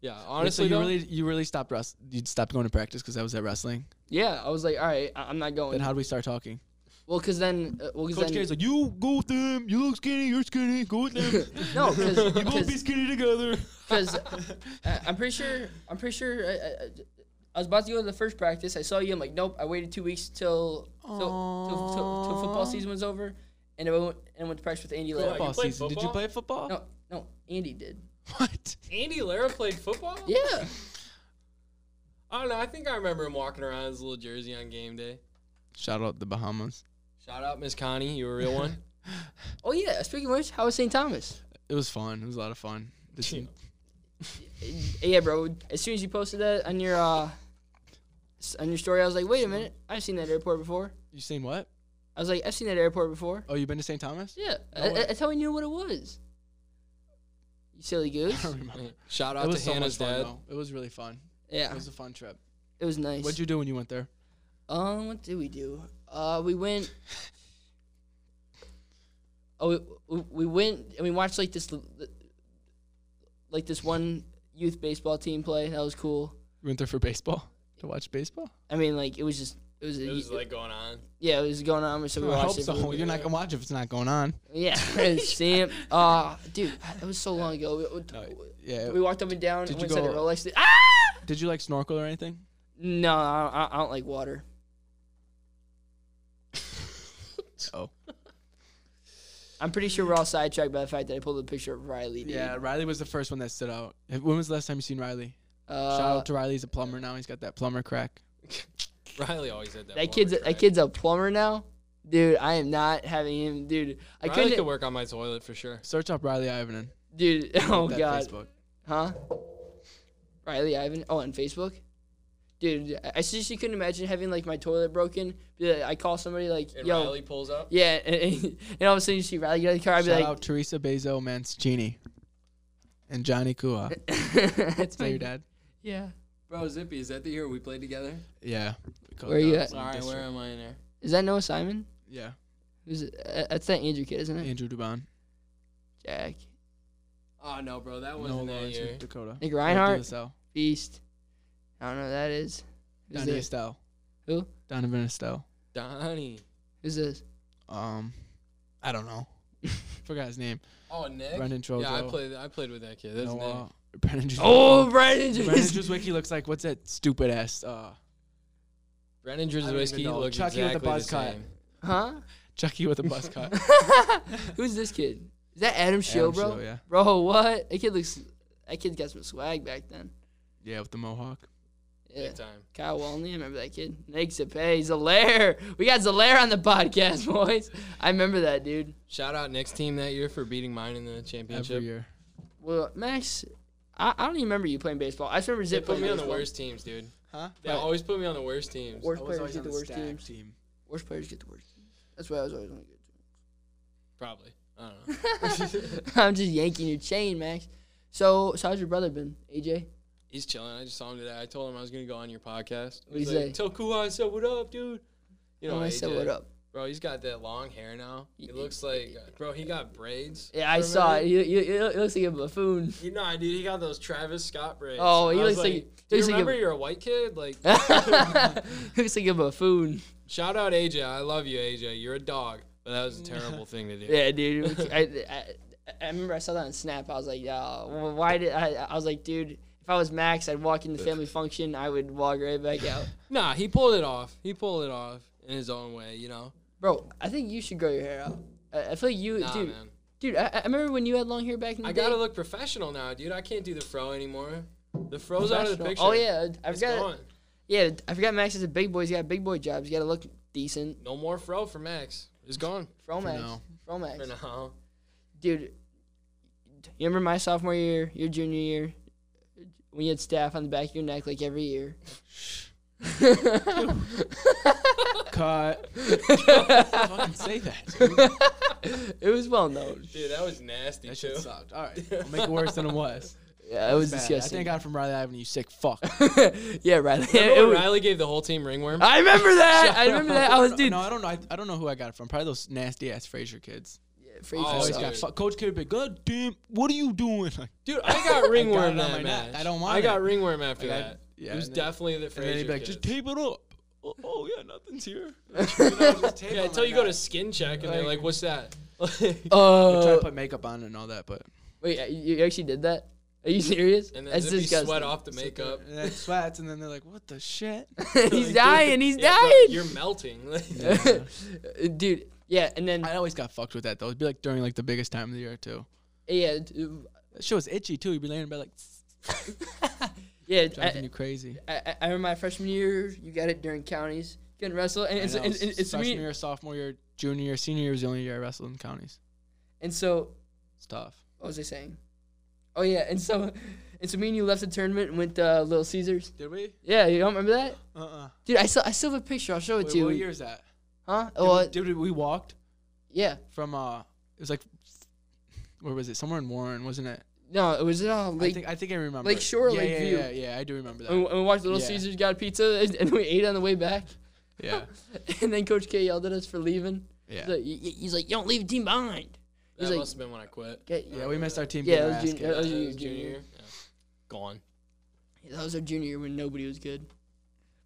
S2: Yeah,
S3: Wait, so
S2: honestly, though,
S3: you really, you really stopped wrestling. You stopped going to practice because I was at wrestling.
S1: Yeah, I was like, all right, I- I'm not going.
S3: Then how do we start talking?
S1: well, cause then, uh, well, cause
S3: Coach
S1: then,
S3: K's like, you go with them. You look skinny. You're skinny. Go with them.
S1: no, cause,
S3: you both be
S1: cause,
S3: skinny together.
S1: 'cause, uh, I'm pretty sure, I'm pretty sure. I, I, I- I was about to go to the first practice. I saw you. I'm like, nope. I waited two weeks till till, till, till, till football
S3: Aww.
S1: season was over, and I went and went to practice with Andy. Lara.
S3: Football
S2: played
S3: season. Did you
S2: football?
S3: play football?
S1: No, no, Andy did.
S3: What?
S2: Andy Lara played football.
S1: Yeah.
S2: I don't know. I think I remember him walking around in his little jersey on game day.
S3: Shout out the Bahamas.
S2: Shout out Miss Connie. You a real one.
S1: Oh yeah. Speaking of which, how was St. Thomas?
S3: It was fun. It was a lot of fun. Did some-
S1: Yeah, bro. As soon as you posted that on your uh, s- on your story, I was like, wait a minute, I've seen that airport before.
S3: you seen what?
S1: I was like, I've seen that airport before.
S3: Oh, you been to St. Thomas?
S1: Yeah,
S3: No way.
S1: I, I, that's how I knew what it was. You silly
S3: I
S1: goose.
S3: don't remember.
S2: Shout
S3: It
S2: out
S3: was
S2: to
S3: so much
S2: Hannah's
S3: fun,
S2: dad.
S3: though. It was really fun.
S1: Yeah,
S3: It was a fun trip.
S1: nice.
S3: What'd you do when you went there?
S1: Um, what did we do? Uh, we went. Oh, we, we- we went and we watched like this, l- l- like this one youth baseball team play. That was cool.
S3: You went there for baseball to watch baseball.
S1: I mean, like it was just it was, a
S2: It was
S1: y-
S2: like going on.
S1: yeah, it was going on. So we
S3: I hope
S1: watched it.
S3: so. You're not gonna watch if it's not going on.
S1: Yeah, Sam. Uh, dude, that was so long ago. We- We,
S3: Yeah.
S1: we walked up and down.
S3: Uh, Did
S1: Did
S3: you
S1: and you go?
S3: go-
S1: Rolex. Ah!
S3: Did you like snorkel or anything?
S1: No, I, I- I don't like water.
S3: Oh.
S1: I'm pretty sure we're all sidetracked by the fact that I pulled a picture of Riley. Dude.
S3: Yeah, Riley was the first one that stood out. When was the last time you seen Riley?
S1: Uh,
S3: Shout out to Riley. He's a plumber now. He's got that plumber crack.
S2: Riley always had
S1: that
S2: that. plumber
S1: kid's
S2: track.
S1: that kid's a plumber now, dude. I am not having him, dude. I
S2: Riley
S1: couldn't,
S2: could work on my toilet for sure.
S3: Search up Riley Ivanen.
S1: dude. Oh
S3: That
S1: god,
S3: Facebook.
S1: huh? Riley Ivan. Oh, on Facebook, dude. I I seriously couldn't imagine having like my toilet broken. Be like- I call somebody like,
S2: And
S1: yo,
S2: Riley pulls up.
S1: yeah, and, and, all of a sudden you see Riley get out of the car. I'd be
S3: Shout out Teresa Bezo Mancini and Johnny Kua. Is
S1: like, that's
S3: that
S1: my
S3: your dad?
S1: yeah.
S2: Bro, Zippy, is that the year we played together?
S3: Yeah.
S1: Where you at?
S2: All right, where am I in there?
S1: Is that Noah Simon?
S3: Yeah.
S1: Who's it? Uh, that's that Andrew kid, isn't it?
S3: Andrew Dubon.
S1: Jack,
S2: Oh no, bro, that
S3: Noah
S2: wasn't that
S3: Lawrence
S2: year.
S3: with Dakota.
S1: Nick Reinhardt,
S3: DSL.
S1: Beast. I don't know who that is. Who's
S3: Donnie
S1: this?
S3: Estelle.
S1: Who?
S3: Donovan Estelle.
S2: Donnie.
S1: Who's this?
S3: Um, I don't know. Forgot his name.
S2: Oh, Nick.
S3: Brendan Trojo.
S2: yeah, I played. I played with that kid. That's Nick.
S3: Noah. Brendan Jus-
S1: Oh, Brandon
S3: Brendan
S1: James.
S3: Druswicki looks like what's that stupid ass? Uh,
S2: Brendan
S3: don't even
S2: Drzewski
S3: know.
S2: looked
S3: Chucky with the
S2: exactly
S3: buzz
S2: the
S3: cut.
S2: same.
S1: Huh?
S3: Chucky with a buzz cut.
S1: Who's this kid? Is that Adam Shield, bro?
S3: Schill, yeah.
S1: Bro, what? That kid looks. That kid's got some swag back then.
S3: Yeah, with the mohawk.
S1: Yeah.
S2: Big time.
S1: Kyle Walney, I remember that kid. Nick Zapay, Zalaire. We got Zalaire on the podcast, boys. I remember that dude.
S2: Shout out Nick's team that year for beating mine in the championship.
S3: Every year.
S1: Well, Max, I, I don't even remember you playing baseball. I just remember
S2: They
S1: Zip
S2: put
S1: playing
S2: me on the
S1: baseball.
S2: worst teams, dude.
S3: Huh?
S2: They
S1: Right.
S2: always put me on the worst teams.
S1: Worst players get the worst teams. Worst players get the worst. teams. That's why I was always on the good.
S2: Probably. I don't know.
S1: I'm just yanking your chain, Max. So, so how's your brother been, AJ?
S2: He's chilling. I just saw him today. I told him I was gonna go on your podcast.
S1: What'd he
S2: He's like,
S1: say?
S2: Tell Kuha I said what up, dude. You know,
S1: I
S2: I
S1: said what up.
S2: Bro, he's got that long hair now. He looks like, uh, bro, he got braids.
S1: Yeah, I
S2: for a
S1: saw it.
S2: minute.
S1: You, you, you it looks like a buffoon.
S2: You know, dude, he got those Travis Scott braids.
S1: Oh, he
S2: I was
S1: looks like- he
S2: Do you
S1: looks like a-
S2: remember you're a white kid? Like,
S1: looks like a buffoon.
S2: shout out AJ. I love you, AJ. You're a dog. But that was a terrible thing to do.
S1: Yeah, dude. I, I, I remember I saw that on Snap. I was like, yeah, well, why did I? I was like, dude, if I was Max, I'd walk into family function. I would walk right back out.
S2: Nah, he pulled it off. He pulled it off in his own way. You know.
S1: Bro, I think you should grow your hair out. I, I feel like you,
S2: Nah,
S1: dude.
S2: man.
S1: Dude, I, I remember when you had long hair back in the
S2: I
S1: day.
S2: gotta look professional now, dude. I can't do the fro anymore. The fro's out of the
S1: Professional.
S2: picture.
S1: Oh yeah, I
S2: It's
S1: forgot.
S2: gone.
S1: Yeah, I forgot Max is a big boy. He's got a big boy job. He's got to look decent.
S2: No more fro for Max. It's gone
S1: Fro Max.
S3: now.
S1: Fro
S2: for
S1: Max.
S2: now.
S1: Dude, you remember my sophomore year, your junior year, when you had staff on the back of your neck like every year?
S3: Cut. Fucking say that. dude.
S1: It was well known.
S2: Dude, that was nasty
S3: That
S2: too.
S3: shit sucked. All right. I'll make it worse than it was.
S1: Yeah, it was
S3: Bad. I
S1: disgusting.
S3: thank God from Riley Ivan, you sick fuck.
S1: yeah, Riley.
S2: Remember
S1: it
S2: when
S1: was-
S2: Riley gave the whole team ringworm?
S1: I remember that. I remember that. I was
S3: No,
S1: dude.
S3: No, I don't know. I, I don't know who I got it from. Probably those nasty ass Fraser kids.
S1: Fraser
S2: Oh,
S3: I always
S1: sucked.
S3: got
S2: dude.
S3: fu- Coach K would be like, God damn, what are you doing? Like,
S2: Dude, I got ringworm
S3: it on
S2: that
S3: my
S2: match.
S3: neck. I don't want
S2: I got
S3: it.
S2: ringworm after
S3: Like, I-
S2: that.
S3: yeah,
S2: it was
S3: and then-
S2: definitely the
S3: and then
S2: Fraser
S3: he'd be like,
S2: kids.
S3: just tape it up. Oh, oh, yeah, nothing's here.
S2: Oh, Yeah, until you go to skin check and they're
S3: Like-
S2: like, "What's that?"
S3: I try to
S1: Oh,
S3: put makeup on and all that, but
S1: wait, uh, you you actually did that? Are you serious?
S2: and then
S1: That's
S2: Zippy
S1: disgusting.
S2: sweat off the makeup.
S3: and then it sweats, and then they're like, what the shit?
S1: he's
S2: Like,
S1: dying. He's
S2: yeah, bro,
S1: dying.
S2: You're melting. Like,
S1: dude. Yeah, and then
S3: I always got fucked with that though. It'd be like during like the biggest time of the year too.
S1: yeah, d-
S3: That shit was itchy too. You'd be laying in bed like
S1: yeah.
S3: driving
S1: I,
S3: you crazy.
S1: I, I- I remember my freshman year, you got it during counties. Couldn't wrestle, and,
S3: I
S1: it's
S3: know,
S1: and, and, it's
S3: freshman
S1: me.
S3: year, sophomore year, junior year, senior year was the only year I wrestled in counties.
S1: And so,
S3: It's tough.
S1: what was I saying? Oh yeah, and so, and so me and you left the tournament and went to uh, Little Caesars.
S3: Did we?
S1: Yeah, you don't remember that,
S3: Uh uh
S1: dude? I still I still have a picture. I'll show it
S3: Wait,
S1: to you.
S3: what year is that?
S1: Huh?
S3: Did,
S1: Oh,
S3: we, did we walked
S1: yeah.
S3: from uh? It was like where was it? Somewhere in Warren, wasn't it?
S1: No, it was uh,
S3: I
S1: Lake.
S3: think I think I remember.
S1: Lake Shore or
S3: yeah,
S1: Lake
S3: yeah,
S1: View? Oh.
S3: Yeah, yeah, I do remember
S1: And
S3: that.
S1: we, and we watched Little
S3: Yeah.
S1: Caesars, got pizza, and, and we ate on the way back.
S3: Yeah,
S1: And then Coach K yelled at us for leaving. He's,
S3: yeah,
S1: like, "You- you- he's like, you don't leave the team behind.
S2: that
S1: He's like,
S2: must have been when I quit.
S1: "Get-
S3: yeah. We missed our team.
S1: Yeah,
S3: getting
S1: it was
S3: our
S1: junior- that
S3: ass kicked.
S1: was
S2: Yeah,
S1: your
S2: it
S1: junior year.
S2: Yeah. Gone.
S1: That was our junior year when nobody was good.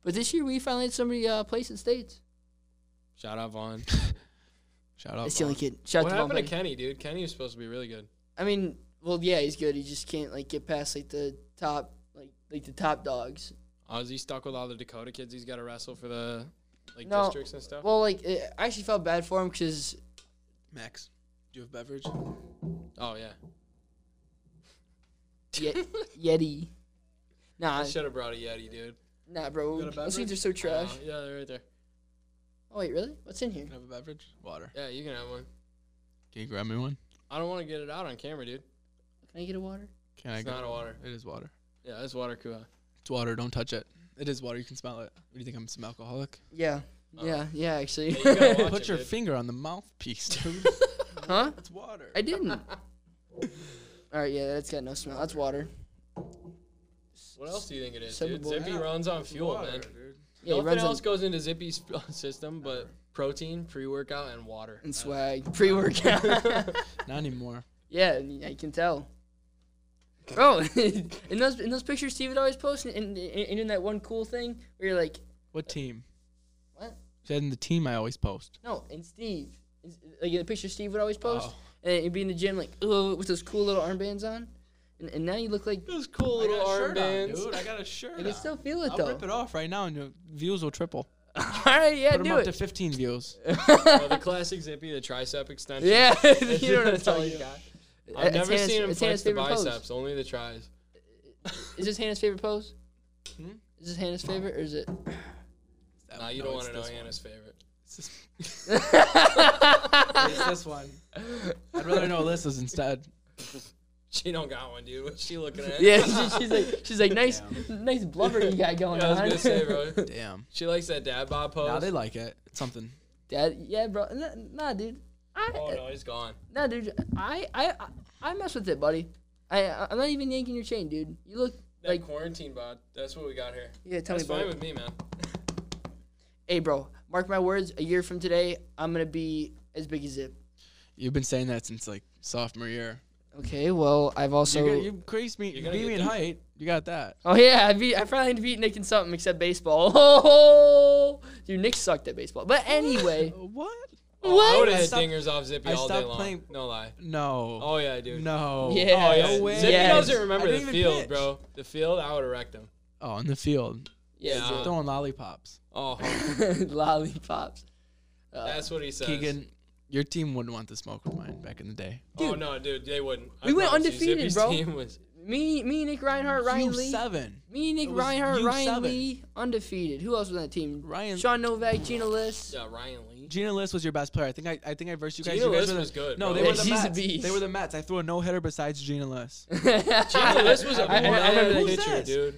S1: But this year we finally had somebody uh, place at states.
S2: Shout out Vaughn.
S3: Shout out.
S1: That's the only
S3: Vaughn.
S1: kid. Shout
S2: what
S1: out to
S2: happened to
S1: Vaughn.
S2: Kenny, dude? Kenny was supposed to be really good.
S1: I mean, well, yeah, he's good. He just can't like get past like the top, like like the top dogs.
S2: Ozzy stuck with all the Dakota kids. He's got to wrestle for the like
S1: No,
S2: districts and stuff.
S1: Well, like it, I actually felt bad for him because
S3: Max. you have beverage?
S2: Oh yeah,
S1: Ye- Yeti. Nah,
S2: I should have brought a Yeti, dude.
S1: nah, bro.
S3: Got a
S1: Those things are so trash.
S2: Uh, yeah, they're right there.
S1: Oh wait, really? What's in here?
S3: Can I have a beverage? Water.
S2: Yeah, you can have one.
S3: Can you grab me one?
S2: I don't want to get it out on camera, dude.
S1: Can I get a water?
S3: Can I
S2: It's
S3: grab
S2: not water.
S3: It is water.
S2: Yeah, that's water kuha.
S3: It's water. Don't touch it. It is water. You can smell it. What do you think? I'm some alcoholic.
S1: Yeah,
S2: Oh.
S1: yeah, yeah. Actually,
S2: Hey, you gotta watch
S3: Put
S2: it,
S3: your
S2: dude.
S3: finger on the mouthpiece, dude.
S1: huh?
S3: it's water.
S1: I didn't. All right, yeah, that's got no smell. That's water.
S2: What else do you think it is,
S1: Seven
S2: dude?
S1: boy-
S2: Zippy runs on fuel, man.
S1: Yeah, it
S2: Nothing
S1: runs on-
S2: else goes into Zippy's system but protein, pre-workout, and water.
S1: and swag pre-workout.
S3: Not anymore.
S1: yeah, and I can tell. Bro, in those in those pictures Steve would always post, and, and, and in that one cool thing where you're like,
S3: What team?
S1: What?
S3: Said in the team I always post.
S1: no, and Steve, It's- like the picture Steve would always post,
S3: Oh.
S1: and you'd be in the gym like, oh, with those cool little armbands on, and, and now you look like
S2: Those cool little armbands.
S3: dude. I got a shirt.
S1: you can still feel it
S3: I'll
S1: though.
S3: rip it off right now, and your views will triple.
S1: All right, yeah,
S3: Put them
S1: do
S3: up
S1: it.
S3: to 15 views.
S2: Oh, the classic Zippy, the tricep extension.
S1: yeah,
S2: That's-
S1: you know what I'm
S2: that's all
S1: talking
S2: you
S1: about.
S2: got.
S1: Uh,
S2: I've
S1: it's
S2: never
S1: Hannah's-
S2: seen him
S1: it's
S2: flex
S1: Hannah's
S2: the
S1: favorite pose.
S2: biceps, only the tries.
S1: Is this Hannah's favorite pose?
S3: Hmm?
S1: Is this Hannah's favorite, or is it?
S2: Nah, you don't want to know Anna's favorite.
S3: It's this, it's this one. I'd rather know Alyssa's instead.
S2: She don't got one, dude. What's she looking at?
S1: Yeah, she, she's like, she's like, nice, nice blubber you got going
S2: Yeah, I was
S1: on.
S2: gonna say, bro.
S3: Damn.
S2: She likes that dad bod pose.
S3: Now they like it. It's something.
S1: Dad, yeah, bro, nah, nah dude, I,
S2: oh no, he's gone.
S1: nah, dude, I, I, I, I mess with it, buddy. I, I- I'm not even yanking your chain, dude. You look
S2: That
S1: like,
S2: quarantine bod. That's what we got here.
S1: yeah, tell
S2: That's
S1: me about
S2: fine
S1: it.
S2: with me, man.
S1: Hey, bro, mark my words. A year from today, I'm gonna be as big as Zip.
S3: You've been saying that since like sophomore year.
S1: Okay, well, I've also.
S3: you got- you increased me.
S2: You're
S3: You
S2: gonna
S3: beat
S2: get
S3: me in
S2: that.
S3: height. You got that.
S1: Oh yeah, I beat. I finally beat Nick in something except baseball. Oh, dude, Nick sucked at baseball. But anyway,
S3: Uh, What?
S2: Oh, I
S1: What?
S2: would
S3: I
S2: have hit
S3: stopped-
S2: dingers off Zippy
S3: I
S2: all day
S3: stopped
S2: long.
S3: playing-
S2: No lie.
S3: No.
S2: Oh yeah, dude.
S3: No.
S1: Yeah.
S3: Oh,
S1: Yes.
S3: no way.
S2: Zippy
S1: Yes.
S2: doesn't
S3: I
S2: remember
S3: didn't
S2: the
S3: even
S2: field,
S3: pitch.
S2: bro. The field, I would have wrecked him.
S3: Oh, in the field.
S1: yeah,
S2: Yeah.
S3: Throwing lollipops.
S2: Oh,
S1: dude. lollipops. Uh,
S2: that's what he says.
S3: Keegan, your team wouldn't want to smoke with mine back in the day.
S2: Oh
S1: Dude.
S2: no, dude, they wouldn't. I
S1: We went
S2: promise you.
S1: undefeated,
S2: Zippy's
S1: bro.
S2: Team was,
S1: me, me, Nick Reinhardt, Ryan
S3: you
S1: Lee.
S3: seven.
S1: Me, Nick
S3: It was
S1: Reinhardt,
S3: you
S1: Ryan
S3: seven.
S1: Lee, undefeated. Who else was on that team?
S3: Ryan-
S1: Sean Novak, Gina List.
S2: yeah, Ryan Lee.
S3: Gina List was your best player. I think I, I think I versed you guys.
S2: Gina
S3: you guys
S2: List
S3: were the-
S2: was good,
S3: No,
S2: bro.
S3: they
S1: Yeah,
S3: were the
S1: she's a
S3: Mets.
S1: beast.
S3: They were the Mets. I threw a no hitter besides Gina List.
S1: Gina
S2: This was a
S1: I, I,
S2: boring
S1: I remember that.
S3: Who's
S2: picture,
S3: this?
S2: dude.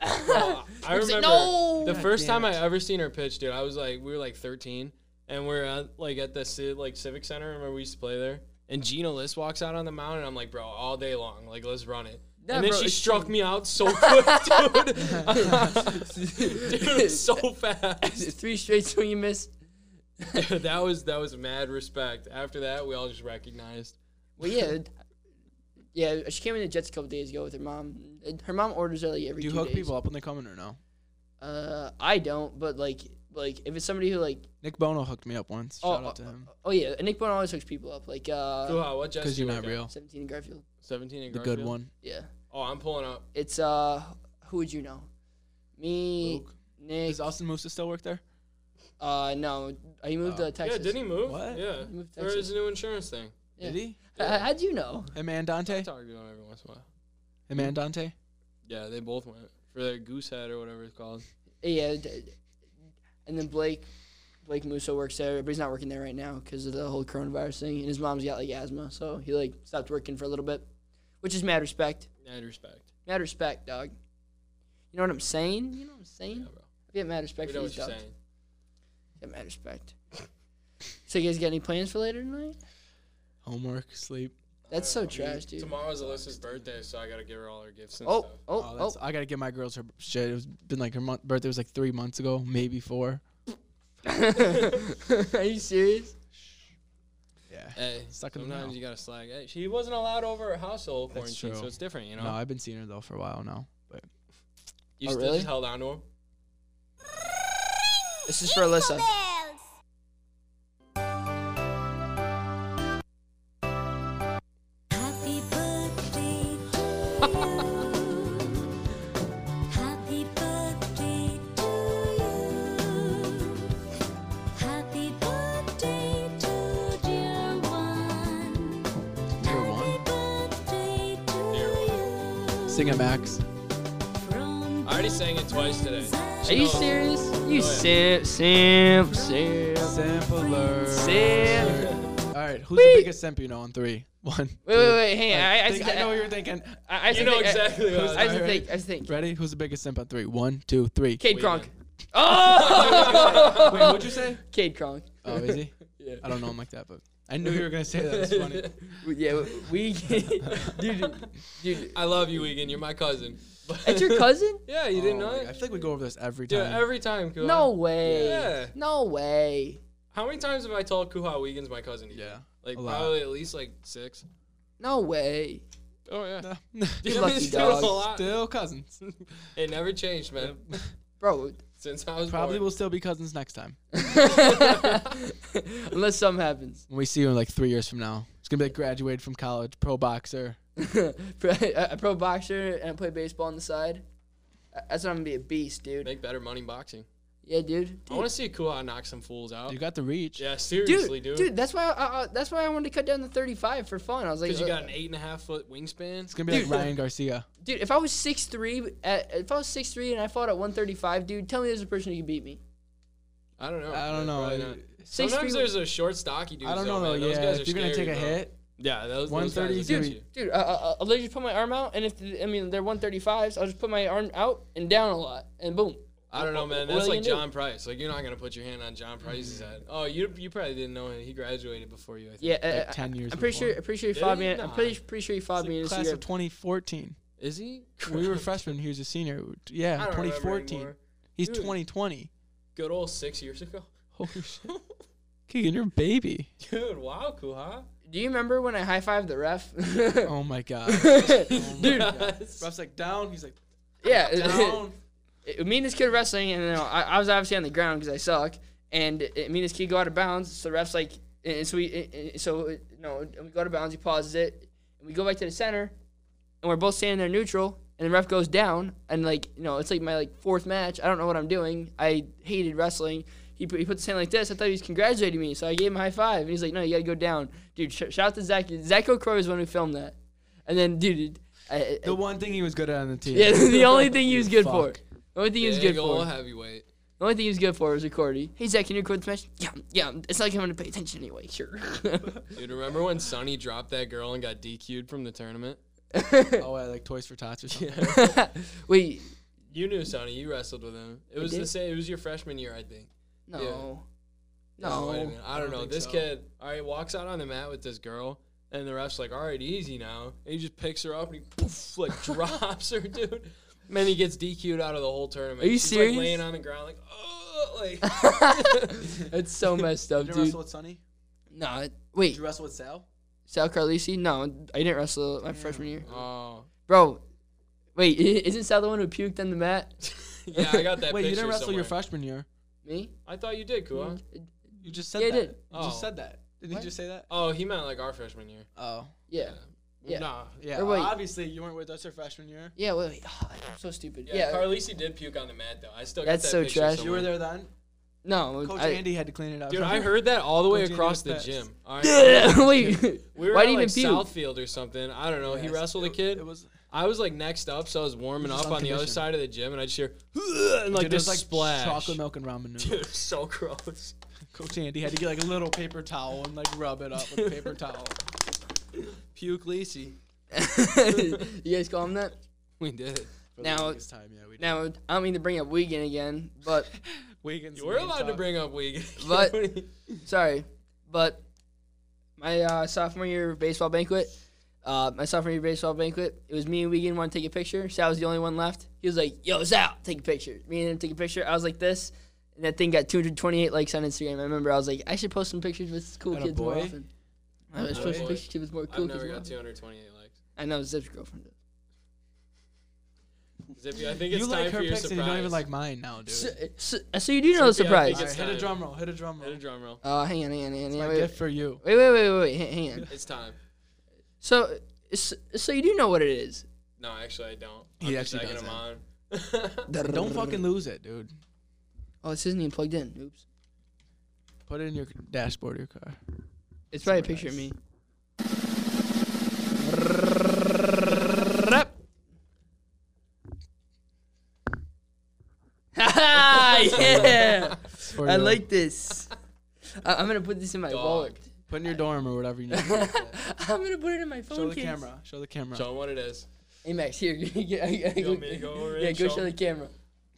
S2: Bro, I
S1: He's
S2: remember
S1: like, no.
S2: the
S3: God
S2: first
S3: damn
S2: time I
S3: it.
S2: ever seen her pitch, dude. I was like, we were like 13, and we're at, like at the ci- like Civic Center. Remember we used to play there? And Gina List walks out on the mound, and I'm like, bro, all day long, like let's run it.
S1: Nah,
S2: and then
S1: bro,
S2: she
S1: it's-
S2: struck me out so quick, dude. dude, it was so fast.
S1: Three straight swing and miss.
S2: Dude, that was that was mad respect. After that, we all just recognized.
S1: Well, yeah. d- Yeah, she came in the Jets a couple days ago with her mom. And Her mom orders her like every
S3: Do you
S1: two
S3: hook
S1: days.
S3: people up when they come in or no?
S1: Uh, I don't, but like, like if it's somebody who like,
S3: Nick Bono hooked me up once.
S1: Oh,
S3: Shout out to him.
S1: oh yeah, Nick Bone always hooks people up, like uh,
S2: Kuha, what
S3: Because
S2: uh, Jesse?
S3: you're
S2: you
S3: not
S2: got?
S3: real.
S1: 17 in Garfield.
S2: 17 and
S3: The
S2: Garfield?
S3: good one.
S1: Yeah,
S2: Oh, I'm pulling up.
S1: it's uh, who would you know? Me,
S3: Luke.
S1: Nick.
S3: Does Austin Musa still work there?
S1: Uh, no, he moved
S3: Oh.
S1: to Texas.
S2: Yeah, didn't he move?
S3: What?
S2: Yeah.
S1: He moved to
S2: Or
S1: Texas.
S2: his new insurance thing.
S1: Yeah.
S3: Did he?
S1: Uh, How'd you know?
S3: Him and
S2: I
S3: Dante?
S2: talk to him every once in a while.
S3: Him and Dante?
S2: Yeah, they both went for their goose head or whatever it's called.
S1: Yeah, d- d- and then Blake, Blake Musso works there, but he's not working there right now because of the whole coronavirus thing, and his mom's got like asthma, so he like stopped working for a little bit, which is mad respect.
S2: Mad respect.
S1: Mad respect, dog. You know what I'm saying? You know what I'm saying?
S2: Yeah, bro.
S1: I get mad respect
S2: We
S1: for
S2: know
S1: these
S2: what you're
S1: dogs.
S2: saying.
S1: Get mad respect. so you guys got any plans for later tonight?
S3: Homework, sleep.
S1: That's so
S2: Uh,
S1: trash, dude.
S2: Tomorrow's Alyssa's birthday, so I gotta give her all her gifts and
S1: Oh,
S2: stuff.
S1: oh,
S3: Oh,
S1: oh,
S3: that's, I gotta give my girls her shit. It's been like her month, birthday was like three months ago, maybe four.
S1: Are you serious?
S3: Yeah.
S2: Hey,
S3: Stuck in the
S2: sometimes
S3: middle.
S2: you gotta slag. Hey, she wasn't allowed over her household
S3: That's
S2: quarantine, so
S3: true.
S2: it's different, you know.
S3: No, I've been seeing her though for a while now. But
S2: you
S1: Oh,
S2: still
S1: really?
S2: just held on to him.
S1: This is for Alyssa.
S5: Happy birthday to you. Happy birthday to you. Happy birthday to dear one.
S3: Sing it, Max.
S5: From
S2: I already sang it twice today.
S1: Are you
S2: knows.
S1: serious? You
S2: yeah.
S1: simp, simp, simp.
S3: Sample alert.
S1: Simp.
S3: All right, who's
S1: Wee.
S3: the biggest simp you know on three? One.
S1: Wait, wait, wait. Hang on. I, I,
S3: Think-
S1: just-
S3: I know what you're thinking.
S1: I, I,
S2: You know
S1: think,
S2: exactly
S1: I,
S2: what
S1: I, just
S2: I was
S3: doing.
S1: think. I just think.
S3: Ready? Who's the biggest simp on three? One, two, three.
S1: Cade
S2: Wait,
S1: Cronk.
S2: wait.
S1: Oh.
S3: Wait, what'd you say?
S1: Cade Cronk.
S3: Oh, is he?
S2: Yeah.
S3: I don't know him like that, but I knew you were gonna say that. It's funny. Oh,
S1: We- Yeah, we, dude, dude.
S2: I love you, Egan. You're my cousin.
S1: That's your cousin?
S2: Yeah, you didn't
S3: Oh
S2: know
S3: my
S2: it?
S3: God, I feel like we go over this every time.
S2: Dude, every time, Kuha.
S1: No way.
S2: Yeah.
S1: No way.
S2: How many times have I told Kuha Wiegand's my cousin? Egan?
S3: yeah.
S2: Like,
S3: a lot.
S2: probably at least like six.
S1: No way.
S2: Oh, yeah.
S1: You
S2: Yeah,
S1: lucky
S2: it's
S1: dog.
S2: a lot.
S3: Still cousins.
S2: It never changed, man.
S1: Bro.
S2: Since I was
S3: Probably
S2: born.
S3: will still be cousins next time.
S1: Unless something happens.
S3: When we see you in like three years from now, it's gonna be like graduated from college, pro boxer.
S1: Pro- a a pro boxer and I play baseball on the side. Uh, That's what I'm gonna be a beast, dude.
S2: make better money boxing.
S1: Yeah, dude.
S2: I
S1: Dude,
S2: want to see Kuha knock some fools out.
S3: You got the reach.
S2: Oh. yeah,
S1: dude,
S2: seriously, dude.
S1: dude, that's why I, I, that's why I wanted to cut down to 35 for fun. I was like,
S2: Because you got
S1: uh,
S2: an eight and a half foot wingspan.
S3: It's gonna be like Ryan Garcia.
S1: dude, if I was 6'3", at, if I was 6'3", and I fought at 135, dude, tell me there's a person who could beat me.
S2: I don't know.
S3: I don't know.
S2: Probably not. Sometimes there's a short, stocky dude.
S3: I don't know.
S2: Though, man. Those
S3: yeah,
S2: guys are
S3: if you're gonna
S2: scary,
S3: take a
S2: bro.
S3: hit,
S2: Yeah, those
S3: 130
S2: 130
S3: is gonna
S2: dude.
S3: be-
S1: Dude, I, I, I'll literally put my arm out, and if I mean they're 135s, I'll just put my arm out and down a lot, and boom.
S2: I don't know, man.
S1: What
S2: That's
S1: are you Mm.
S2: like
S1: gonna do?
S2: John Price. Like you're not gonna put your hand on John Price's head. Oh, you you probably didn't know him. He graduated before you. I think.
S1: Yeah, uh,
S3: like
S1: uh,
S3: 10 years
S1: I'm pretty
S3: before.
S1: sure. I'm pretty sure he
S2: Did
S1: fought
S2: he?
S1: me. I'm
S2: Nah.
S1: pretty pretty sure he fought me in a
S3: class
S1: cigarette.
S3: of 2014.
S2: Is he?
S3: we were freshmen. He was a senior. Yeah,
S2: I don't remember
S3: 2014.
S2: anymore.
S3: He's
S2: Dude.
S3: 2020.
S2: Good old six years ago.
S3: Holy shit. Keegan, you're a baby.
S2: Dude, wow, Kuha.
S1: Do you remember when I high fived the ref?
S3: Oh my god.
S1: Dude,
S3: Ref's like down. He's like
S1: yeah.
S3: down.
S1: it- me and this kid were wrestling, and you know, I, I was obviously on the ground because I suck. And it, me and this kid go out of bounds, so the ref's like, and and so we, and- and so you know, and we go out of bounds. He pauses it, and we go back to the center, and we're both standing there neutral. And the ref goes down, and like you know, it's like my like fourth match. I don't know what I'm doing. I hated wrestling. He put, he put his hand like this. I thought he was congratulating me, so I gave him a high five. And he's like, "No, you gotta go down, dude." Sh- shout out to Zach. Zach O'Croy was the one who filmed that. And then, dude, I, I-
S3: The one thing he was good at on the team.
S1: yeah, the only thing he was good for.
S3: Fuck.
S1: The only thing he was
S2: Big
S1: good
S2: old
S1: for.
S2: heavyweight.
S1: The only thing he's good for is recording. Hey Zach, can you record the match? Yeah, yeah. It's not like I'm gonna pay attention anyway. Sure.
S2: Dude, remember when Sonny dropped that girl and got DQ'd from the tournament?
S3: Oh, I like Toys for Tots or something.
S1: Wait,
S2: You knew Sonny. You wrestled with him. It was
S1: did?
S2: the same. It was your freshman year, I think.
S1: no,
S2: Oh, Wait a
S1: no.
S2: minute. I don't know.
S3: think
S2: This
S3: so.
S2: kid, all right, walks out on the mat with this girl, and the ref's like, all right, easy now. And he just picks her up and he poof, like drops her, dude. And then he gets DQ'd out of the whole tournament.
S1: Are you
S2: She's,
S1: serious?
S2: Like, laying on the ground, like, oh, like.
S1: It's so messed up,
S3: Did you
S1: dude.
S3: wrestle with Sonny?
S1: No, it-
S3: Did
S1: wait.
S3: you wrestle with Sal?
S1: Sal Carlisi? No, I didn't wrestle my freshman year,
S2: oh.
S1: bro. Wait, i- isn't Sal the one who puked on the mat?
S2: Yeah, I got that
S3: Wait,
S2: picture
S3: you didn't wrestle
S2: somewhere.
S3: your freshman year.
S1: Me?
S2: I thought you did,
S1: Mm-hmm.
S2: Kua.
S3: You just said
S1: Yeah, I
S3: that.
S1: did.
S3: You
S2: Oh.
S3: just said that. Didn't
S1: What?
S3: you just say that?
S2: Oh, he meant like our freshman year.
S3: Oh.
S1: Yeah. Yeah.
S2: Nah.
S3: Yeah.
S1: Or wait.
S3: Obviously, you weren't with us your freshman year.
S1: Yeah. Wait. wait. Oh, I'm so stupid.
S2: Yeah,
S1: Yeah.
S2: Carlisi did puke on the mat though. I still
S1: That's
S2: got
S1: so
S2: that picture
S1: trash.
S3: You were
S2: somewhere.
S3: there then.
S1: no.
S3: Coach
S1: I,
S3: Andy had to clean it up.
S2: Dude, I heard that all the way
S3: Coach Andy
S2: across
S3: was
S2: the
S3: pissed.
S2: gym. All right.
S1: wait.
S2: We were
S1: Why
S2: at,
S1: do you
S2: like
S1: even puke?
S2: Southfield or something. I don't know. he
S3: Yes,
S2: wrestled a
S3: it-
S2: kid.
S3: It was
S2: I was like next up, so I was warming
S3: Just
S2: up on the other
S3: unconditioned.
S2: side of the gym, and I just hear and like
S3: dude, it was
S2: this splash.
S3: chocolate milk and ramen noodles.
S2: Dude, so gross.
S3: Coach Andy had to get like a little paper towel and like rub it up with a paper towel.
S2: Puke Lisi.
S1: you guys call him that?
S2: We did it.
S3: For
S1: Now-
S3: the longest time, yeah, we did.
S1: Now, I don't mean to bring up Wiegand again, but
S3: Wiggins
S2: You were
S3: made
S2: allowed to
S3: talk.
S2: bring up Wiegand.
S1: But- sorry, but my uh, sophomore year baseball banquet, uh, my sophomore year baseball banquet, it was me and Wiegand want to take a picture. Sal was the only one left. He was like, "Yo, Sal, take a picture." Me and him take a picture. I was like this, and that thing got 228 likes on Instagram. I remember I was like, "I should post some pictures with cool
S3: Atta
S1: kids more
S3: boy.
S1: often." I was
S2: Atta
S1: supposed to
S2: boy.
S1: picture with more
S2: I've
S1: cool kids.
S2: never
S1: more
S2: got
S1: often.
S2: 228 likes.
S1: I know Zip's girlfriend. Did.
S2: Zippy, I think it's
S3: You
S2: time
S3: like
S2: for
S3: her
S2: your
S3: pics
S2: surprise.
S3: and you don't even like mine now, dude.
S1: So, so, so you do know the
S2: Zippy, I think
S1: surprise.
S2: it's-
S3: Alright, hit
S2: time.
S3: a drum roll. Hit a drum roll.
S2: Hit a drum roll.
S1: Uh, hang on, hang on, hang on.
S3: My
S1: Hang on wait,
S3: gift for you.
S1: wait, wait, wait, wait, hang- hang on.
S2: It's time.
S1: So, so, so you do know what it is.
S2: No, actually, I don't. I'm
S3: He
S2: just
S3: actually
S2: egging him on.
S3: Don't fucking lose it, dude.
S1: Oh, this isn't even plugged in. Oops.
S3: Put it in your dashboard of your car.
S1: It's probably a picture of me. yeah.
S3: For
S1: I
S3: your-
S1: like this. I- I'm gonna put this in my wallet.
S3: put in your dorm or whatever you need.
S1: I'm gonna put it in my phone
S3: Show the
S1: case.
S3: camera. Show the camera.
S2: Show 'em what it is.
S1: Hey Max, here. get- I- I-
S2: You want me to go over it
S1: yeah,
S2: and
S1: go
S2: show
S1: show the
S2: 'em?
S1: camera.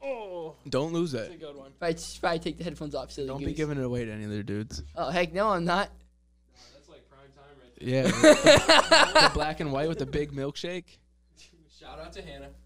S2: Oh,
S3: Don't lose
S2: that's a
S3: it.
S2: good one.
S1: Probably, probably take the headphones off. Silly
S3: Don't
S1: goose.
S3: be giving it away to any other dudes.
S1: Oh heck, no, I'm not.
S2: That's like prime time right
S3: Yeah. the black and white with the big milkshake.
S2: there. Shout out to Hannah.